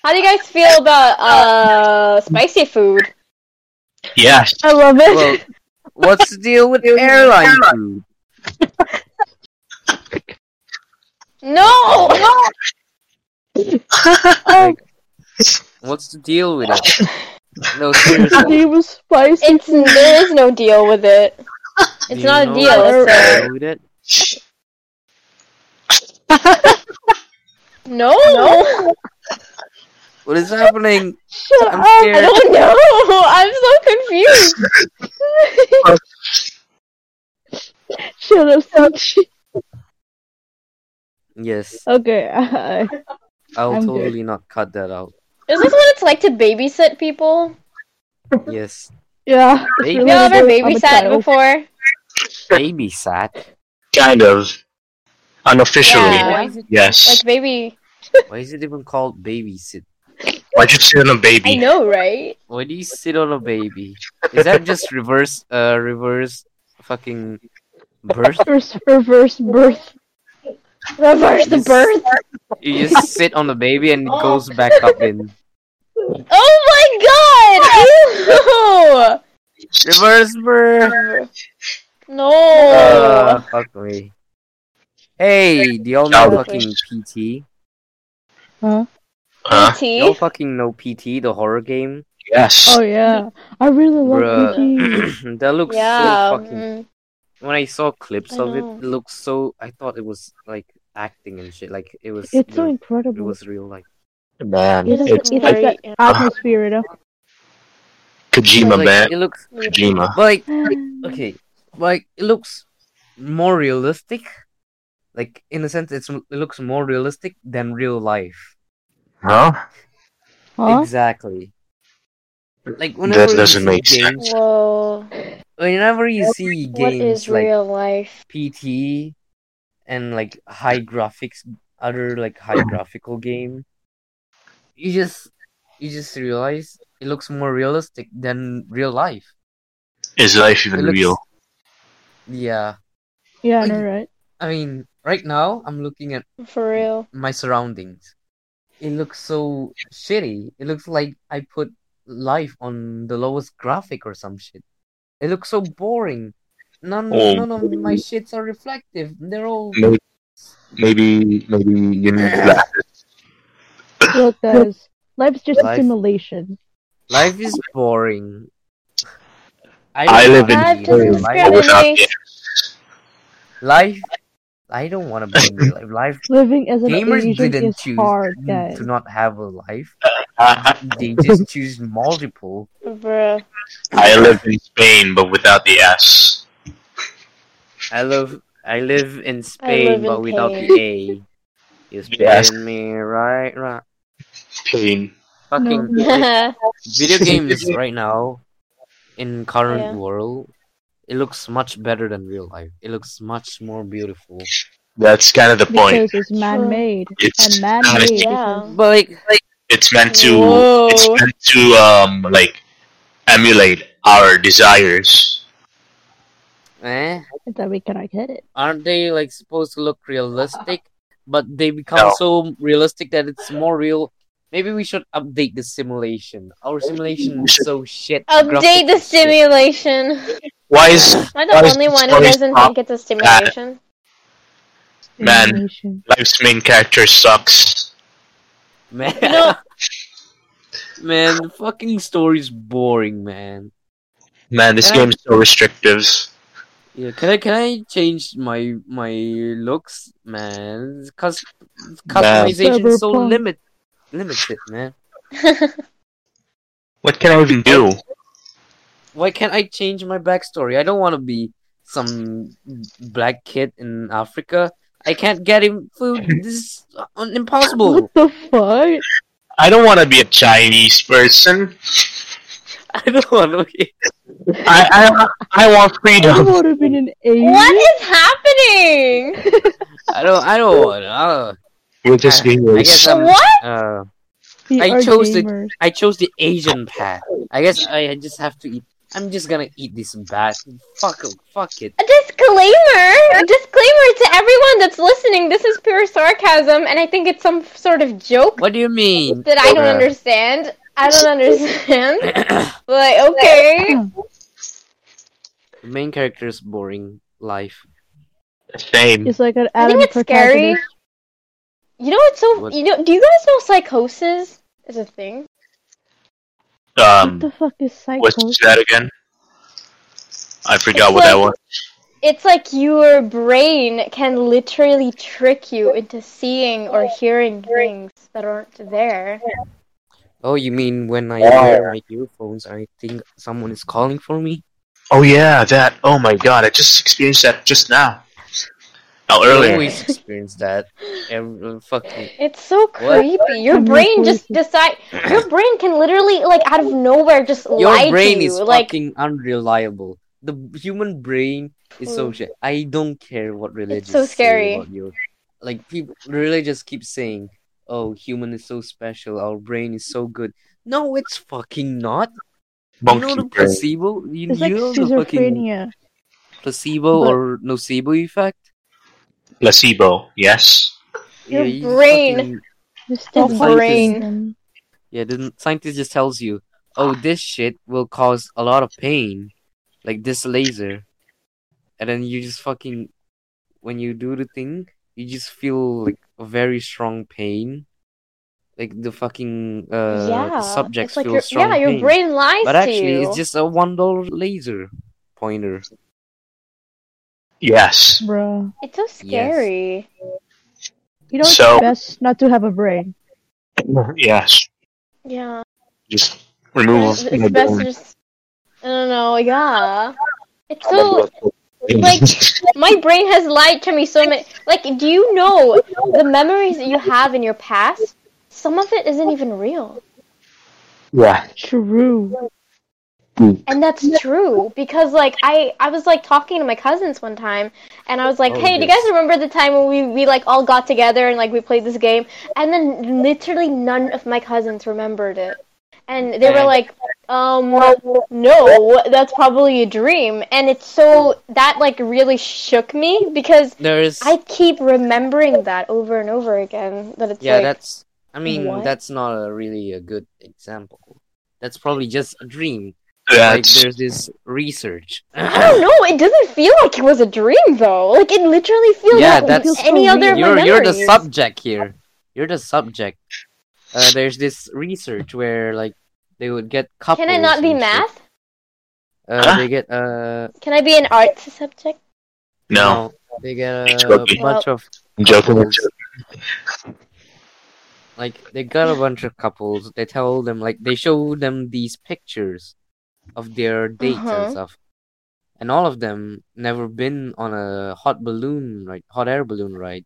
How do you guys feel about uh spicy food?
Yes.
I love it.
Well, what's the deal with airline food?
No.
What's the deal with it? No, seriously.
He was spicy.
It's there is no deal with it.
Do
It's
you
not a
know
deal.
what's
It's
the
a,
deal with it?
no. No.
What is happening?
Shut
I'm
up.
I
scared.
don't know. I'm so confused.
Shut up, Sanji.
Yes,
Okay. I-
I'll
I'm good.
totally not cut that out.
Is this what it's like to babysit people?
Yes.
yeah.
Baby-
Really
Have you ever
good. I'm a
babysat
child.
before?
Baby sack.
Kind of. Unofficially.
Yeah.
Why is it
Yes.
Like baby.
why is it even called babysit?
Why'd you sit on
I
a baby?
know, right?
Why do you sit on a baby? Is that just reverse uh reverse fucking birth?
Reverse, reverse birth.
Reverse the
Yes.
birth.
You just sit on the baby and it goes back up in.
Oh
Reverse birth!
my god! Ew! No.
Uh, fuck me. Hey, do y'all know
Childhood.
fucking PT?
Huh?
Uh,
Huh?
Y'all
Tea?
fucking know PT, the horror game?
Yes.
Oh yeah. I really love Mickey.
Bruh. that looks
Yeah.
so fucking.
mm.
When I saw clips
I
of it,
know.
it looked so. I thought it was like acting and shit. Like it was.
It's
the-
so
it
incredible.
was real life.
Man,
It
it's
doesn't-
very
like Atmosphere, you know?
Kojima,
like,
man.
It looks
Kojima.
like okay, like it looks more realistic. Like in a sense, it's it looks more realistic than real life.
Huh?
Huh?
Exactly. Like whenever
That
you
doesn't
see
make
games,
sense.
Whoa.
Whenever you see
What
games
is
like
real life?
PT and like high graphics, other like high graphical game, you just you just realize it looks more realistic than real life.
Is life even
It looks-
real?
Yeah,
Yeah, I know, right?
I mean, right now I'm looking at
For real.
my surroundings. It looks so shitty. It looks like I put life on the lowest graphic or some shit. It looks so boring. None,
Oh.
none of my shits are reflective. They're all
Maybe, maybe, maybe you need glasses.
Look, guys, life's just
Life-
a simulation.
Life is boring.
I
don't
live in
wanna
Life
be
Korea
doesn't
in
Like,
spread
life.
describe- without
in waste.
life. I don't want to be in real life. life.
Living as an
Gamers
Asian
didn't
is
choose
hard, guys.
to not have a life.
I,
They just choose multiple.
Bruh.
I live in Spain, but without the S.
I live. I live in Spain,
live in
but without the A. You
Yes.
spin me right, right.
Pain.
Fucking like, video games right now, in current
Yeah.
world, it looks much better than real life. It looks much more beautiful.
That's kind of the point.
Because it's man-made.
It's
And man-made
honest-
yeah.
because
But like, like
It's meant to.
Whoa.
It's meant to um like emulate our desires.
eh?
that we cannot hit it.
aren't they like supposed to look realistic but they become
No.
so realistic that it's more real maybe we should update the simulation our simulation
we
is
should.
so shit
Update
Graphics
the
is shit.
simulation.
Why is
Am I
Why
the
is
only
this
one who
story
doesn't
stop
think it's a simulation?
Man.
Animation.
life's main character sucks?
man
No.
man the fucking story's boring man
Man, this
Yeah.
game's so restrictive.
yeah can i can i change my my looks man cuz customization is so
Cyberpunk.
limit limited man
What can I even do?
why can't I change my backstory? I don't want to be some black kid in Africa. I can't get him food. This is un- impossible.
What the fuck?
I don't want to be a Chinese person.
I don't want to be.
I I, I want
I
freedom.
would have been an Asian.
what is happening?
I don't. I don't want. Uh,
We're just
I- I guess
gamers.
I'm.
What?
Uh,
We
I
are
chose the-
gamers.
I chose the Asian path. I guess I just have to eat. I'm just gonna eat this bat. Fuck. Fuck it.
A disclaimer! A disclaimer to everyone that's listening. This is pure sarcasm, and I think it's some sort of joke
What do you mean?
that I don't
Uh,
understand. I don't understand. But okay.
The main character is boring. Life.
Same.
It's like an anime
I think it's scary.
protagonist.
You know what's so
What?
you know do you guys know psychosis is a thing?
What the
Um,
fuck is
what's
psychosis?
that again? I forgot
It's
what that
like-
was.
It's like your brain can literally trick you into seeing or hearing things that aren't there.
Oh, you mean when I
Yeah.
wear my earphones, I think someone is calling for me.
Oh yeah, that. Oh my god, I just experienced that just now. Oh,
I
earlier.
always experience that. Every, uh, fucking
It's so creepy. Your
I'm
brain just
recording.
decide your brain can literally like out of nowhere just lie
Your brain
to you.
is
like
fucking unreliable. The b- human brain is so shit. I don't care what religious
Mm. so scary.
say about you. Like people, religious keep saying, "Oh, human is so special. Our brain is so good." No, it's fucking not. you know
Monkey
the
brain.
placebo. You,
It's like
you know the fucking
schizophrenia.
placebo
but-
or nocebo effect.
Placebo. Yes.
Your
you just
brain.
fucking-
It's
The
different
brain.
system.
Yeah, the scientist just tells you, oh, this shit will cause a lot of pain, like this laser. And then you just fucking, when you do the thing, you just feel like a very strong pain. Like the fucking uh,
yeah,
the subjects
it's like
feel
your,
strong
yeah, your
pain.
brain lies
but
to
actually,
you.
it's just a one dollar laser pointer.
Yes.
Bruh.
It's so scary.
You know, it's
So-
best not to have a brain.
yes,
Yeah.
just remove.
It's best to just, I don't know, yeah. It's so like-
like,
my brain has lied to me so many like do you know the memories that you have in your past some of it isn't even real
yeah,
True.
and that's true because like i i was like talking to my cousins one time and i was like
Oh,
hey do you
yes.
guys remember the time when we we like all got together and like we played this game and then literally none of my cousins remembered it and they were
Yeah.
like um no that's probably a dream and it's so that like really shook me because
There is
I keep remembering that over and over again. That it's
yeah,
like,
that's. I mean,
what?
that's not a really a good example. That's probably just a dream. Like
that's
there's this research.
I don't know. It doesn't feel like it was a dream though. Like it literally feels
Yeah,
like
that's-
any
You're-
other. of my
you're you're the
memories.
subject here. You're the subject. Uh, there's this research where like they would get couples.
Can I not be
and shit.
math?
Uh, they get uh
Can I be an art subject?
no.
they get
It's
a
okay.
bunch of
I'm joking. I'm
couples. Like they got a bunch of couples. They tell them like they show them these pictures of their dates
Uh-huh.
and stuff, and all of them never been on a hot balloon ride, hot air balloon ride,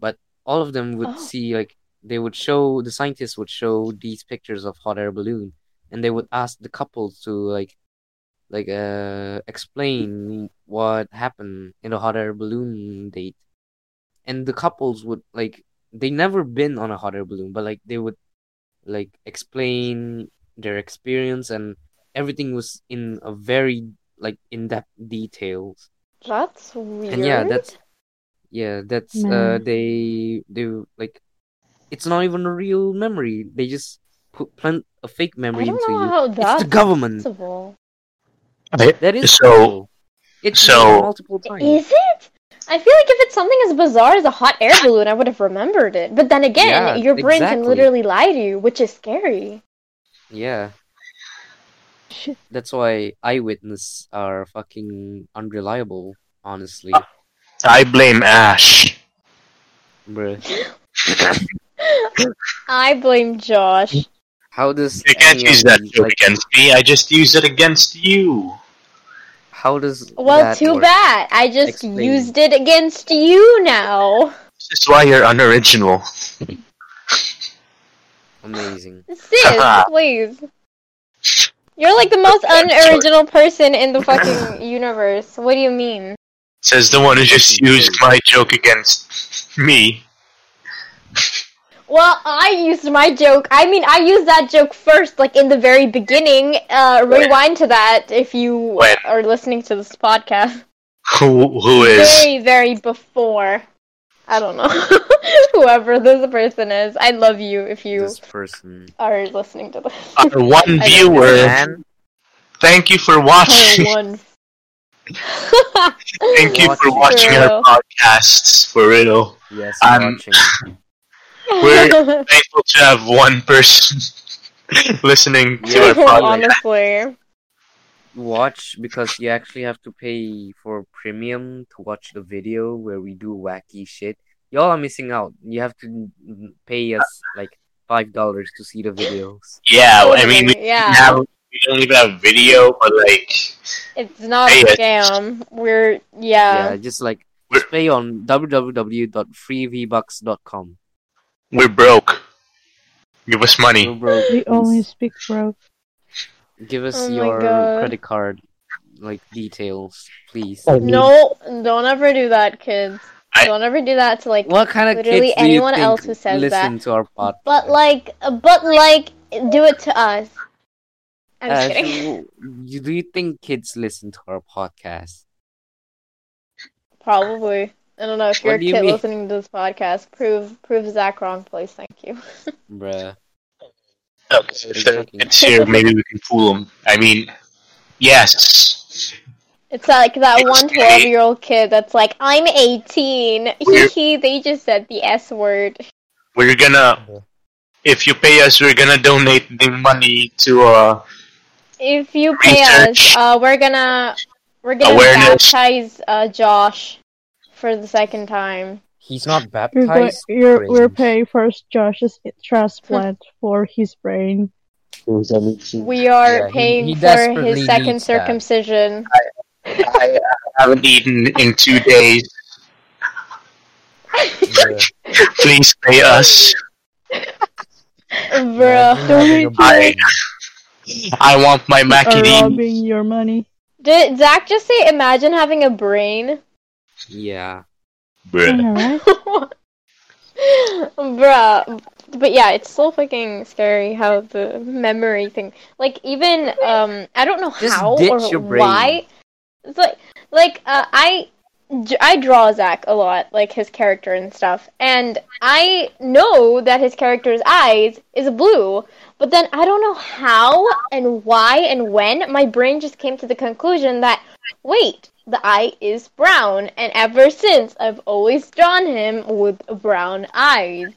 but all of them would
Oh.
see like they would show the scientists would show these pictures of hot air balloon, and they would ask the couples to like like uh explain what happened in the hot air balloon date and the couples would like they never been on a hot air balloon but like they would like explain their experience and everything was in a very like in-depth details
That's weird.
and yeah that's yeah that's uh
Man.
they they like it's not even a real memory they just put plant a fake
I
memory
don't
into
know
you
how
it's
that's
the government
possible.
joking.
that is
So-
possible. It's
so-
done multiple times.
Is it? I feel like if it's something as bizarre as a hot air balloon, I would have remembered it. But then again,
Yeah,
your brain can
exactly.
literally lie to you, which is scary.
Yeah.
Shit.
That's why eyewitness are fucking unreliable, honestly,
I blame Ash.
bruh.
I blame Josh.
How does
You can't
any of
use that
these,
joke
like,
against me. I just use it against you.
how does
Well,
that
too
work?
bad. I just
Explain.
used it against you now.
This is why you're unoriginal.
Amazing.
Sis, please. You're like the most
I'm sorry.
unoriginal person in the fucking universe. What do you mean?
Says the one who just used my joke against me.
Well, I used my joke. I mean, I used that joke first, like in the very beginning. Uh, rewind to that if you
When?
are listening to this podcast.
Who who is?
Very, very before. I don't know. Whoever this person is, I love you if you
This person.
are listening to this.
Our one
I-
viewer.
Man,
Thank you for
Oh,
watching.
one.
Thank you for watching our podcasts. For real,
yes,
I'm-
watching.
We're- thankful to have one person listening to our podcast.
Honestly.
Watch because you actually have to pay for premium to watch the video where we do wacky shit. Y'all are missing out. You have to mm, pay us like five dollars to see the videos.
Yeah, Oh, I mean, we
yeah,
have we don't even have video, but like,
it's not
Hey,
a
it's-
scam. We're
yeah,
yeah.
just like
We're-
just pay on www.freevbucks.com.
we're broke. Give us
Go
money.
broke,
We only
please.
speak broke.
Give us
Oh my
your
God.
credit card like details, please.
Oh. No, don't ever do that, kids.
I-
Don't ever do that to like.
What kind of
Literally
kids do you
anyone
think
else who says
listen to our podcast?
But like, but like, do it to us. I'm just
Ash,
kidding.
w- Uh, you- do you think kids listen to our podcast?
Probably. I don't know if you're
What
a
do you
kid
mean?
listening to this podcast. Prove prove Zach wrong, please. Thank you.
Bruh.
Okay, if they're
Exactly.
kids here, maybe we can fool them. I mean, yes,
It's like that
It's
one 12 year old kid that's like, I'm 18. Hee
We're-
hee, they just said the S word.
we're gonna. If you pay us, we're gonna donate the money to uh
If you pay
Research.
us, uh, we're gonna we're gonna
Awareness.
baptize uh, Josh for the second time.
He's not
You're, going,
baptized.
you're we're
brains.
paying first Josh's transplant for his brain.
Those are the two.
We are
Yeah, he-
paying
he
for
desperately
his second
needs that.
circumcision.
I haven't eaten in two days.
Yeah.
Please pay us.
Bruh.
Imagine
Don't
having
we
a
do-
brain.
I want my
Are
macaroni.
robbing your money.
Did Zach just say, imagine having a brain?
Yeah.
Bruh.
Yeah, right?
Bruh. But yeah, it's so fucking scary how the memory thing. Like, even, um, I don't know
Just
how
ditch
or
your brain.
why. It's like, like uh, I. j- I draw Zach a lot, like his character and stuff, and I know that his character's eyes is blue, but then I don't know how and why and when my brain just came to the conclusion that wait, the eye is brown, and ever since I've always drawn him with brown eyes.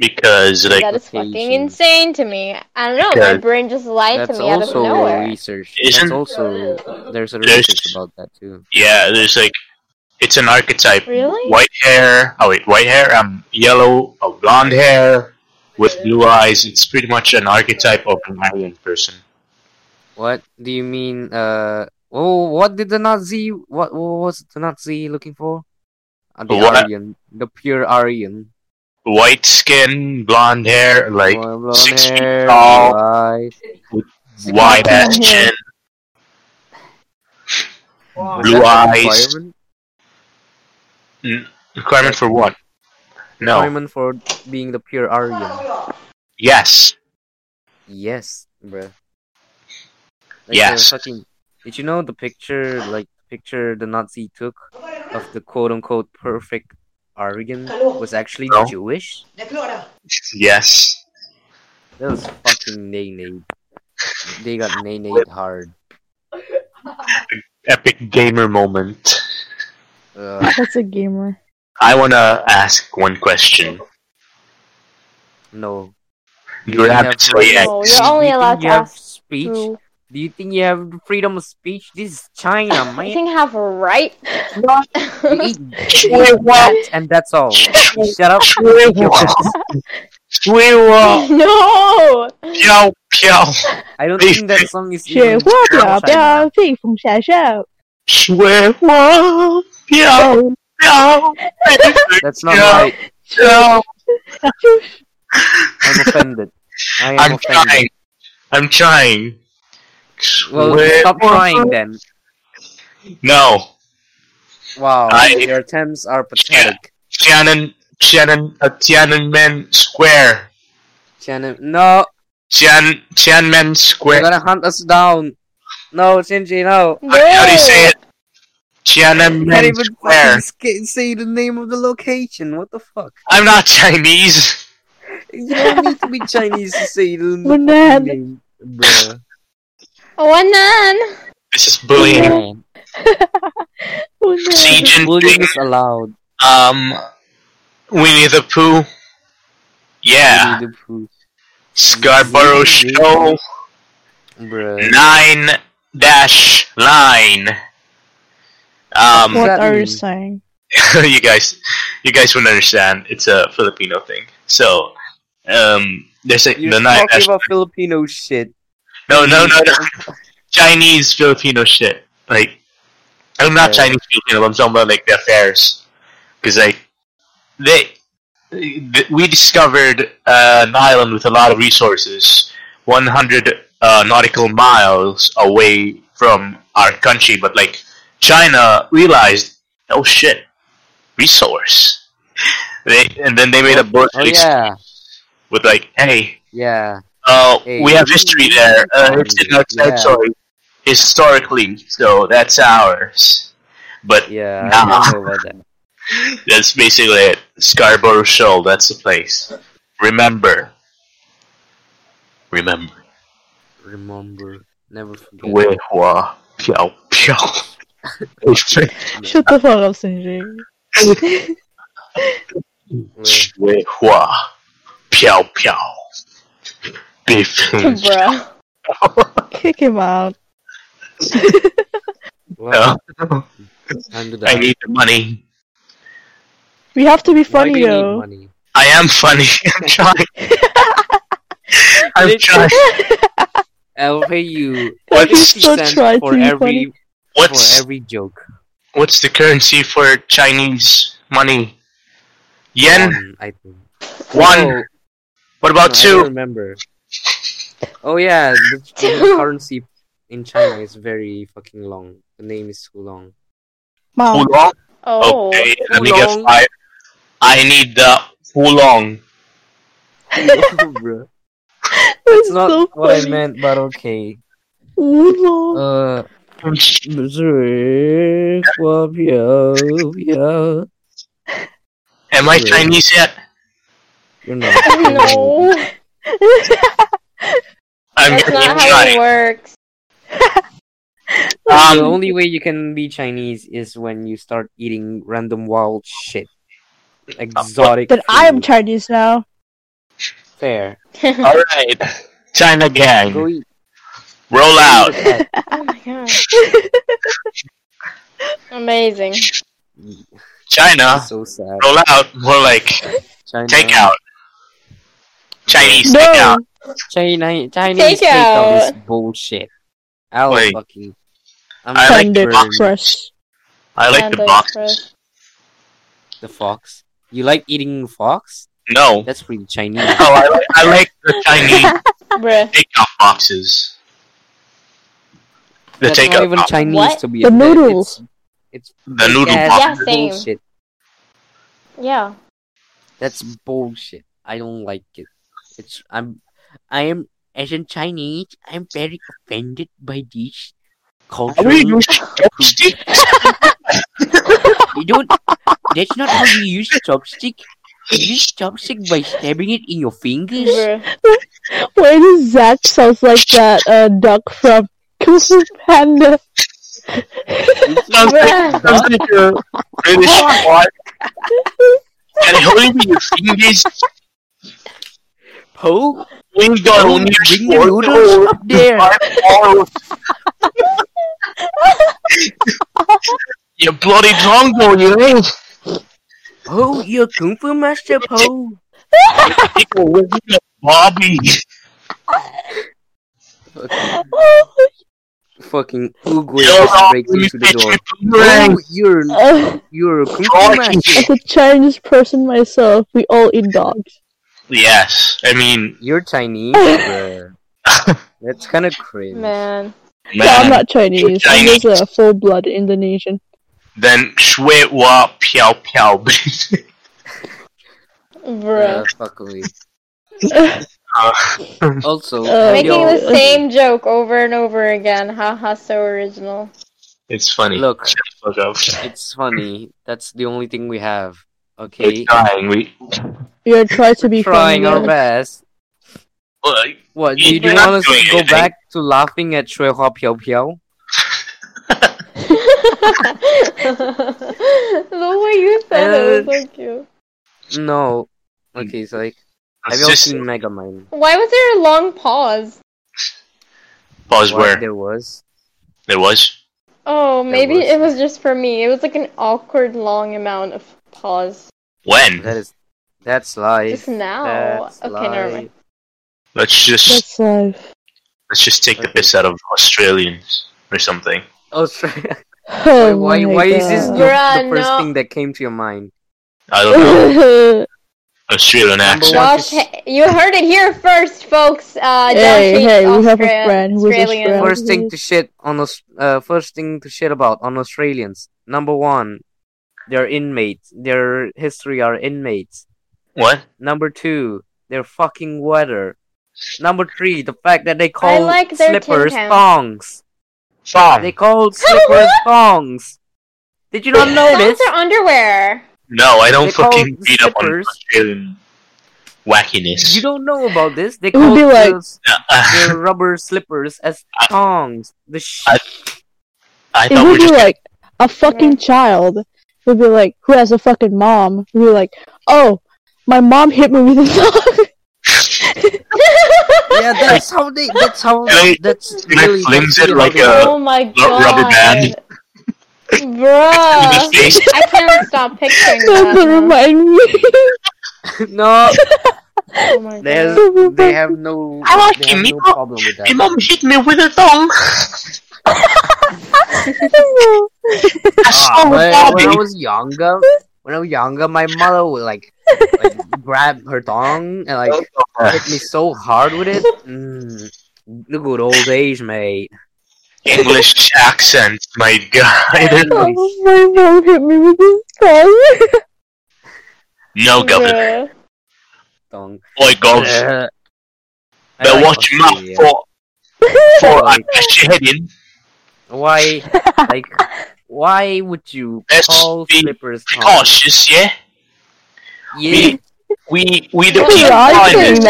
Because,
that
like,
is fucking
Location.
insane to me. I don't know, my
Because-
brain just lied
That's
to me out of
also
nowhere.
research.
Isn't-
That's also there's a
There's-
research about that too.
yeah, there's like, it's an archetype.
Really?
White hair. Oh wait, white hair. Um, yellow. Oh, blonde hair with blue eyes. It's pretty much an archetype of an island person.
What do you mean? Uh, oh, what did the Nazi? What, what was the Nazi looking for? Uh, the
What?
Aryan, the pure Aryan.
White skin, blonde hair, like
Well, blonde
six feet
hair,
tall.
right.
wide ass
blonde hair.
chin,
Was
blue
that the
eyes.
Requirement,
Requirement for what? No.
requirement for being the pure Aryan.
Yes.
Yes, bruh. Like,
Yes.
uh, fucking, did you know the picture, like, picture the Nazi took of the quote unquote perfect Aryan was actually
No.
Jewish?
Yes.
That was fucking nay nay. They got nay nay hard.
Epic gamer moment.
Uh,
That's a gamer.
I wanna ask one question.
no.
You have to say
Oh,
No,
X.
you're only
Do you
allowed
think
to
you have
ask
speech?
who.
Do you think you have freedom of speech? This is China,
I
man.
think have a right.
You eat that and that's all. You shut up.
no!
Piao piao.
I don't think that song is even from China.
雪花飘飘，飞风闪闪。
piao piao.
That's not
Yeah.
right. I'm offended. I am
I'm
offended.
trying. I'm trying.
Well,
Swear-
stop trying then.
No,
Wow,
I-
your attempts are pathetic.
Tianan, Tianan, uh, Tiananmen Square,
China, no,
Tian, Tiananmen
they're
Square.
gonna hunt us down. No, Shinji, no.
No!
How do you say it?
Can't
Tiananmen
even
Square.
fucking sca- say the name of the location. What the fuck?
I'm not Chinese.
You don't need to be Chinese to say the
We're
fucking
not.
name, bruh.
One man!
This is bullying.
Oh,
See,
Bullying
Jinping.
is allowed.
Um, Winnie the Pooh. Yeah,
Winnie the Pooh,
Scarborough Show.
Bruh.
nine dash line.
What
Um,
What
that
are
mean?
you saying?
you guys, you guys wouldn't understand. It's a Filipino thing. So, um, there's a
You're
the nine
talking
dash.
about Filipino shit.
No, no, no, no. Chinese Filipino shit. Like, I'm not
Yeah.
Chinese Filipino. I'm talking about like the affairs, because like they, th- we discovered uh, an island with a lot of resources, 100 uh, nautical miles away from our country. But like China realized, oh shit, resource. They, and then they made a bullshit
Oh yeah,
with like, hey,
yeah.
uh,
Hey,
we have
you-
history
you
there.
need
Uh,
to
it's in
find
our
it. Yeah.
territory historically, so that's ours. But
Yeah,
Nah.
I don't know about that.
that's basically it. Scarborough Shoal, that's the place. Remember. Remember.
Remember, never forget.
Weihua Piao Piao.
Shut the fuck up, Sinji.
Wait,
Weihua Piao Piao. Beef.
Bruh.
Kick him out.
well,
No,
time to
I
die.
need the money.
We have to be
Why do
funny
you need
though.
money?
I am funny. I'm trying. I'm
Did-
trying.
I'll pay you
What is
50
so
cents
try
for
to be
every for
What's
every joke.
what's the currency for Chinese money? Yen.
One, I think.
One.
No,
What
no,
about
I don't
two?
remember. Oh yeah, the, the
Two.
currency in China is very fucking long. The name is too long.
Mom,
Oolong.
Oh.
Okay, let me get
Oolong.
five. I need the oolong.
Bruh. That's
that's
not
so
what I
funny.
meant, but okay.
Oolong.
Uh,
Am I
Sure.
Chinese yet?
You're not.
No.
I'm
That's
gonna
not how it
try.
works.
the
Um,
only way you can be Chinese is when you start eating random wild shit, exotic.
But I am
food.
Chinese now.
fair.
oh
all right, China gang,
Go eat.
roll out.
Oh my god. Amazing.
China,
so sad.
roll out. More like
China.
takeout. Chinese
No.
takeout.
China. Chinese
Take
takeout is
out.
bullshit. I'll
Wait.
fucking. I'm
I like
Thunder
burn
Express.
I like the
Panda
box.
Express.
the fox. You like eating fox?
No.
That's pretty Chinese.
No, I like, I like the Chinese
Bruh.
takeout boxes. The
That's not
takeout
even
box.
Chinese
What?
to be
The
a-
noodles.
It's, it's
The noodle
Yeah,
box.
Yeah, same.
bullshit.
Yeah.
That's bullshit. I don't like it. It's I'm I am as in Chinese, I'm very offended by this
Are
culture.
we using chopsticks?
You don't that's not how you use chopstick. You use chopstick by stabbing it in your fingers.
Bruh.
Why does Zach sounds like that uh, duck from Kung Fu Panda?
Sounds like, sounds like a British part. And holding your fingers,
Poe
when you go on your
bring the
sword, Oh.
noodles up there.
all of- Your bloody tongue, you know?
Poe, you're a kung fu master Poe.
Bobby.
Fucking, fucking Uguay
Yo,
just breaks
let me
into the
fetch
door.
my
Oh,
boomerangs.
you're
Uh,
you're a kung fu
Crikey.
master.
as a Chinese person myself, we all eat dogs.
Yes, I mean,
You're Chinese. bruh. That's kind of crazy.
Man.
No, I'm
man.
not Chinese. I'm just a full blood Indonesian.
then shui wa piao piao.
Yeah,
Bruh.
fuck away.
Uh,
Also,
Uh,
have
Making
y'all-
the same joke over and over again. Haha, so original.
it's funny.
Look.
Shut the fuck up.
it's funny. That's the only thing we have.
We're
Okay,
trying. We
We are trying to be
trying
funny.
our best.
like,
What do
You-
you, do
you're
you
not
want us
doing
to go
anything.
back to laughing at Shui Hua Piao Piao?
the way you said it was so cute.
No. Okay, so like, have y'all
just
seen Megamind?
Why was there a long pause?
pause
What
where
there was.
there was.
Oh,
There
maybe
was.
it was just for me. It was like an awkward long amount of pause.
When?
That is, that's life.
Just now.
That's
Okay, never
life.
mind.
Let's just
That's life.
let's just take the
Okay.
piss out of Australians or something.
Australia.
Oh
why?
my
Why is this
God.
your, the
Bruh,
first
no.
thing that came to your mind?
I don't know Australian
Number
accent.
one.
Josh,
Just-
hey, you heard it here first, folks. Uh,
Hey,
Josh hates
hey, we have a
Austra-
friend who is
Australians.
Australian.
First
Mm-hmm.
thing to shit on us. Uh, first thing to shit about on Australians. Number one, they're inmates. Their history are inmates.
What?
Number two, their fucking weather. Number three, the fact that they
I
call
like their tin
slippers
cans.
thongs. They
Song?
call slippers thongs. Did you not notice?
Thongs are underwear.
No, I don't
They call
fucking beat up on
strippers.
Australian wackiness.
You don't know about this. They
would
call
be like-
those-
Uh, uh,
their rubber slippers as thongs. The sh-
I- I
It
thought we
would
just
be like a fucking child. It would be like, who has a fucking mom? We'd be like, oh, my mom hit me with a dog.
yeah, that's how they. That's how.
Can I-
That's
can I
really.
flim's
that's
it
really
like
how
a-
oh my
ru-
god.
rubber band.
Bruh.
face.
I can't stop picturing that.
Doesn't
now.
remind me.
no,
Oh my
there's,
God.
they have no,
I want
they have no
Kimiko.
problem with
My
that.
mom hit me with her tongue. I
Ah,
saw her
when, when I
sobbing.
was younger, when I was younger, my mother would like, like grab her tongue and like hit me so hard with it. Mm, the good old age, mate.
English accent, my god.
Oh, my mom hit me with this tongue.
No, governor.
Bruh.
Tongue.
Boy, goes.
Uh, I
But
like
Oh, watch him out
Australia.
for for uh,
Like-
Akashi Hidden.
Why, like, why would you
Let's
call
be
slippers tongue?
Cautious, yeah.
Yeah,
We we the
What
people
are you
find
doing?
it.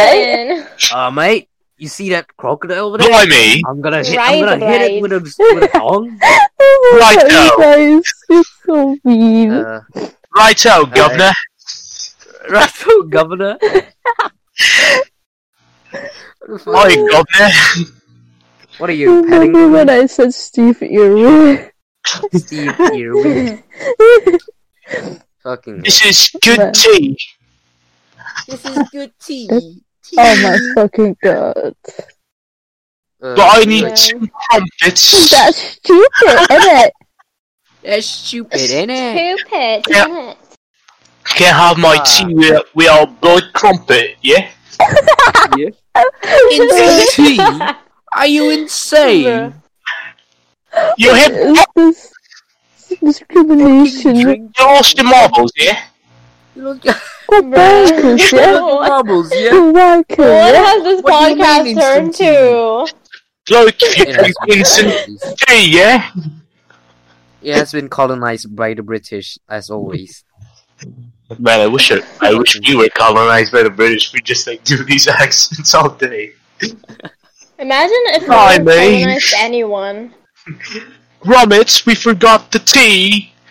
Man.
uh, mate, you see that crocodile over there?
Know what I mean?
I'm gonna hit,
Right,
I'm gonna hit
right.
it with a, with a tongue.
Oh my
Right
god, you guys, you're so mean.
Uh,
Right out, governor.
right, so, governor.
Oi, governor.
What are you petting?
Remember when I said Steve Irwin?
Steve here with fucking.
This is good
Right.
tea.
This is good tea.
oh my fucking god.
Uh,
But I need
Yeah.
some crumpets.
That's stupid, isn't it?
That's stupid, ain't it?
Stupid.
Yeah.
isn't it?
Can I have my
Ah.
tea with, with our blood crumpet, yeah?
Insane tea? Are you insane?
You hit
Is this discrimination?
Drink
you lost the marbles, yeah?
look
Go back, yeah?
What
marbles, yeah.
Go back,
what
yeah?
has this
What do you mean
podcast
instant
turned
tea?
to?
Like you
It has
drink instant tea, yeah?
it has been colonized by the British as always.
Man, I wish it, I wish we were colonized by the British. We just like do these accents all day.
Imagine if
Hi,
we
mate.
colonized anyone.
Grommets, we forgot the tea.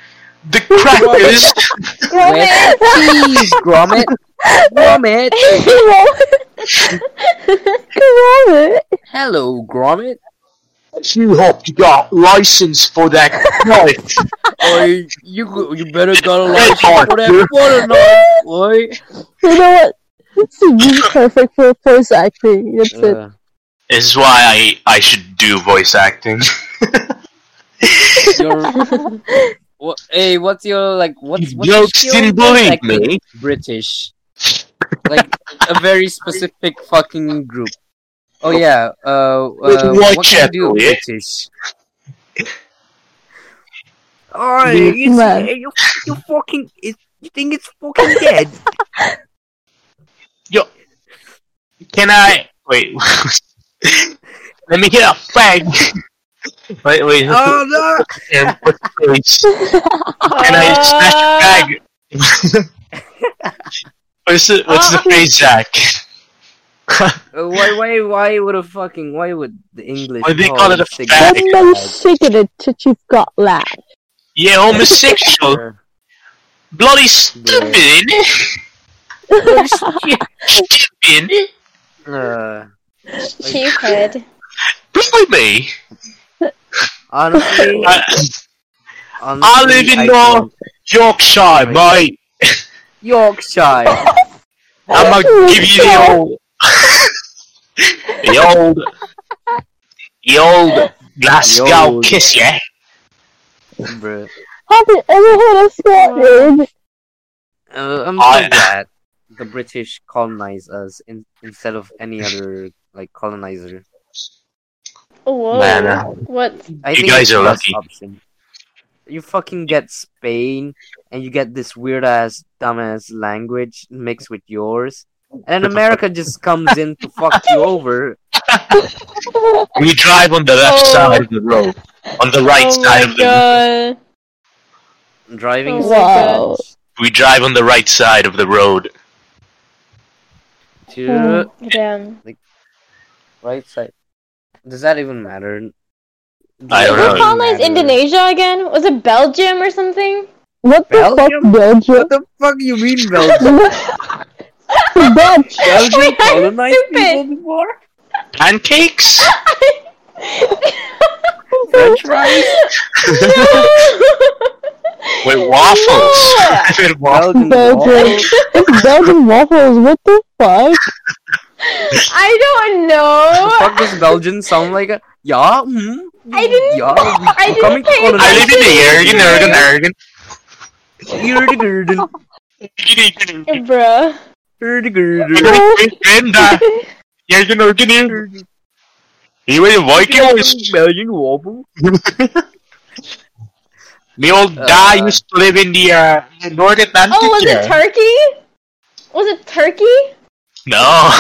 The crackers.
With cheese, grommet, grommet.
Come on,
Hello, grommet.
you hope you got license for that knife.
Oi, you you better got a
Hey,
license for that
dude.
butter knife. Oi.
You know what? This is perfect for voice acting. That's it.
Uh,
This is why I I should do voice acting.
your what, hey, what's your like? What's what's your
Jokes
skill?
didn't believe
Like,
me.
British, like a very specific fucking group. Oh yeah. Uh,
With
uh
white
what can you do,
chapel, yeah?
British? Oh,
Yeah.
you,
Man.
see- you, you fucking, it, you think it's fucking dead?
Can I wait? Let me get a fag. Wait, wait.
oh no!
and put face. Can I smash a fag? what's the, what's the
Ah.
phrase, Zach?
Uh, why, why, why would a fucking, why would the English?
Why they call it a
cigarette
fag?
What no secret it that you've got that?
yeah, homosexual.
fag?
Bloody stupid. innit? stupid. innit?
Uh,
Stupid.
Blimey.
honestly,
Uh,
honestly,
live in
I
Nor-
don't-
Yorkshire, mate.
Yorkshire.
I'm gonna give you the old, the old, the old Glasgow
The old-
kiss, yeah.
Bruh.
Have you ever heard of that word?
Uh, I'm
I-
so glad the British colonized us in, instead of any other like colonizer.
Whoa.
Man, uh,
what?
I
You
think
guys
it's
are
the best
lucky.
Option. You fucking get Spain, and you get this weird ass, dumbass language mixed with yours, and then America just comes in to fuck you over.
We drive on the left
Oh.
side of the road, on the right
oh
side
my
of the.
god.
Driving.
Oh my
Wow.
Spanish
We drive on the right side of the road.
To
Damn.
right side. Does that even matter?
I don't
Who
know.
colonized
Matter.
Indonesia again? Was it Belgium or something?
What the
Belgium?
fuck, Belgium?
What the fuck you mean, Belgium?
Belgium?
Belgium
Why are you
colonized
stupid?
people before?
Pancakes?
French fries?
No!
Wait, waffles. I mean,
Belgian
waffles.
Belgian.
waffles.
It's Belgian waffles. What the fuck?
I don't know.
Fuck does Belgian sound like a yeah? hmm
I didn't-
Yeah, we-
I
we're
didn't
coming
pay
on
I live in the Arrogant, Arrogant, Arrogant.
Erdigurden,
Bruh.
erdigurden, Ah,
You're an Arrogant.
erdigurden.
You were
Oh.
Vikings.
Belgian waffle.
Me old guy used to live in the uh, in North Atlantic.
Oh, was it
yeah.
Turkey? Was it Turkey?
No.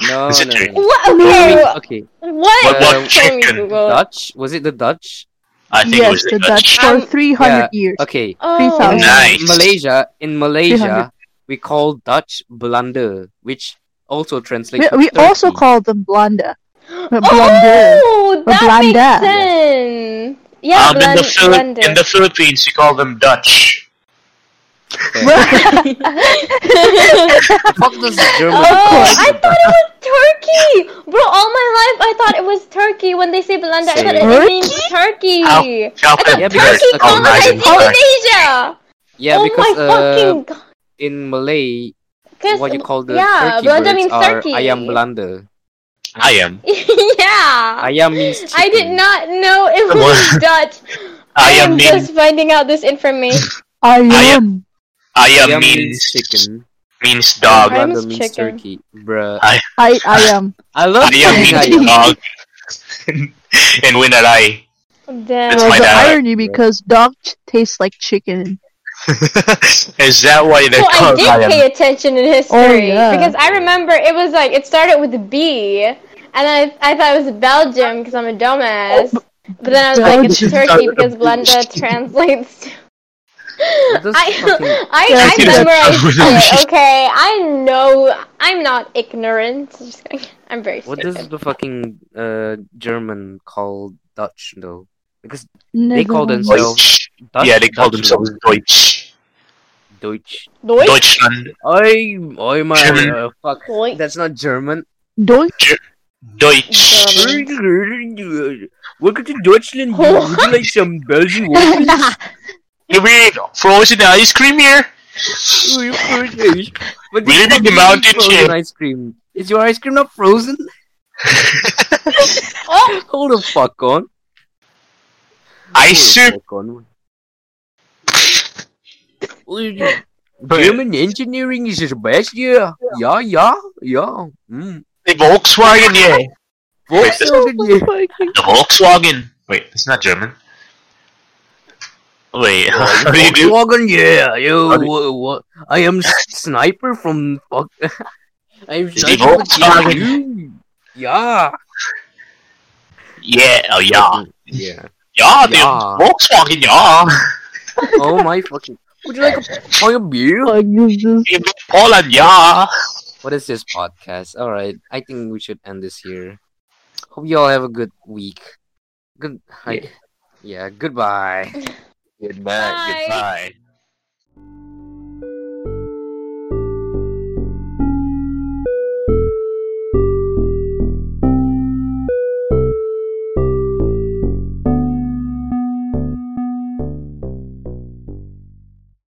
No,
Is
no,
it
no. no.
What?
I
Okay.
mean,
wha-
okay.
What?
What- what
Tell me,
chicken?
Google.
Dutch? Was it the Dutch?
I think it was
Yes,
the
the Dutch
Dutch.
for
Um,
300
yeah.
years.
Okay.
Oh.
3,000.
Nice.
In Malaysia, in Malaysia,
300.
we call Dutch blunder, which also translates.
We,
to
we also
turkey.
called them blanda. But blanda.
Oh,
Or
that
blanda.
makes sense. Yeah,
um, in, the Phil-
blen-
in the Philippines, you call them Dutch.
Oh! blender.
The fuck does German.
Oh, I thought it was turkey, bro. All my life, I thought it was turkey. When they say Belanda, I thought it
Same.
means turkey.
Ow.
I
Ow,
thought
Yeah, because-
turkey
okay.
colonized
Oh, my
Indonesia.
yeah,
oh
because
my
uh,
fucking god!
in Malay,
'Cause-
what you call the
yeah,
turkey
Belanda
birds
means
are
turkey.
ayam belanda.
I am.
yeah.
Ayam means chicken.
I did not know it
Come
was
on.
Dutch.
I am means.
just finding out this information.
I
I
am.
I
Ayam
am
means
means
chicken.
means dog.
Ayam
Belanda
is
means
chicken.
turkey, bruh.
I, I am.
I love
Ayam
saying
means
ayam.
dog. and winarai. That's
Well,
Damn.
my
the
dad.
irony because dog ch- tastes like chicken.
Is that why they
So I
call
did
I am?
pay attention in history
Oh, yeah.
because I remember it was like it started with B, and I I thought it was Belgium because I'm a dumbass.
Oh,
But then I was like, it's
Belgium.
Turkey because Blenda translates. To...
does
I,
fucking-
I,
Yeah,
I
she
does.
memorized it, okay? I know. I'm not ignorant. Just kidding. I'm very
What
stupid.
does the fucking uh, German call Dutch though? Because
Never
call
mind.
themselves-
Deutsch.
Dutch,
yeah, they call
Dutch-
themselves Deutsch.
Deutsch.
Deutsch?
Deutschland.
I, oh my,
German.
uh, fuck.
Deutsch.
That's not German.
Don't
Deutsch.
German.
Welcome to Deutschland. Would you like some Belgian waffles?
You mean frozen ice cream here?
Oh, you're frozen. But
We live in
fucking
the mountain
frozen
here.
ice cream. Is your ice cream not frozen?
Oh,
Hold the fuck on.
Ice soup.
Hold the fuck on. German engineering is the best, yeah. Yeah, yeah, yeah. Mm.
The Volkswagen, yeah. that's-
Volkswagen, yeah.
The Volkswagen. Wait, it's not German. Wait, how do you do?
Volkswagen, yeah. Yo,
How do
wha- wha- I am s- sniper from fuck. I'm
The
sniper from
Volkswagen.
Germany. Yeah.
Yeah, oh yeah.
Yeah.
Yeah, the
Yeah.
Volkswagen, yeah.
Oh my fucking. Oh, Would you like a buy a beer?
Like, this is-
In Poland, yeah.
What is this podcast? All right, I think we should end this here. Hope you all have a good week. Good, like, yeah. Goodbye.
Goodbye.
Bye.
Goodbye.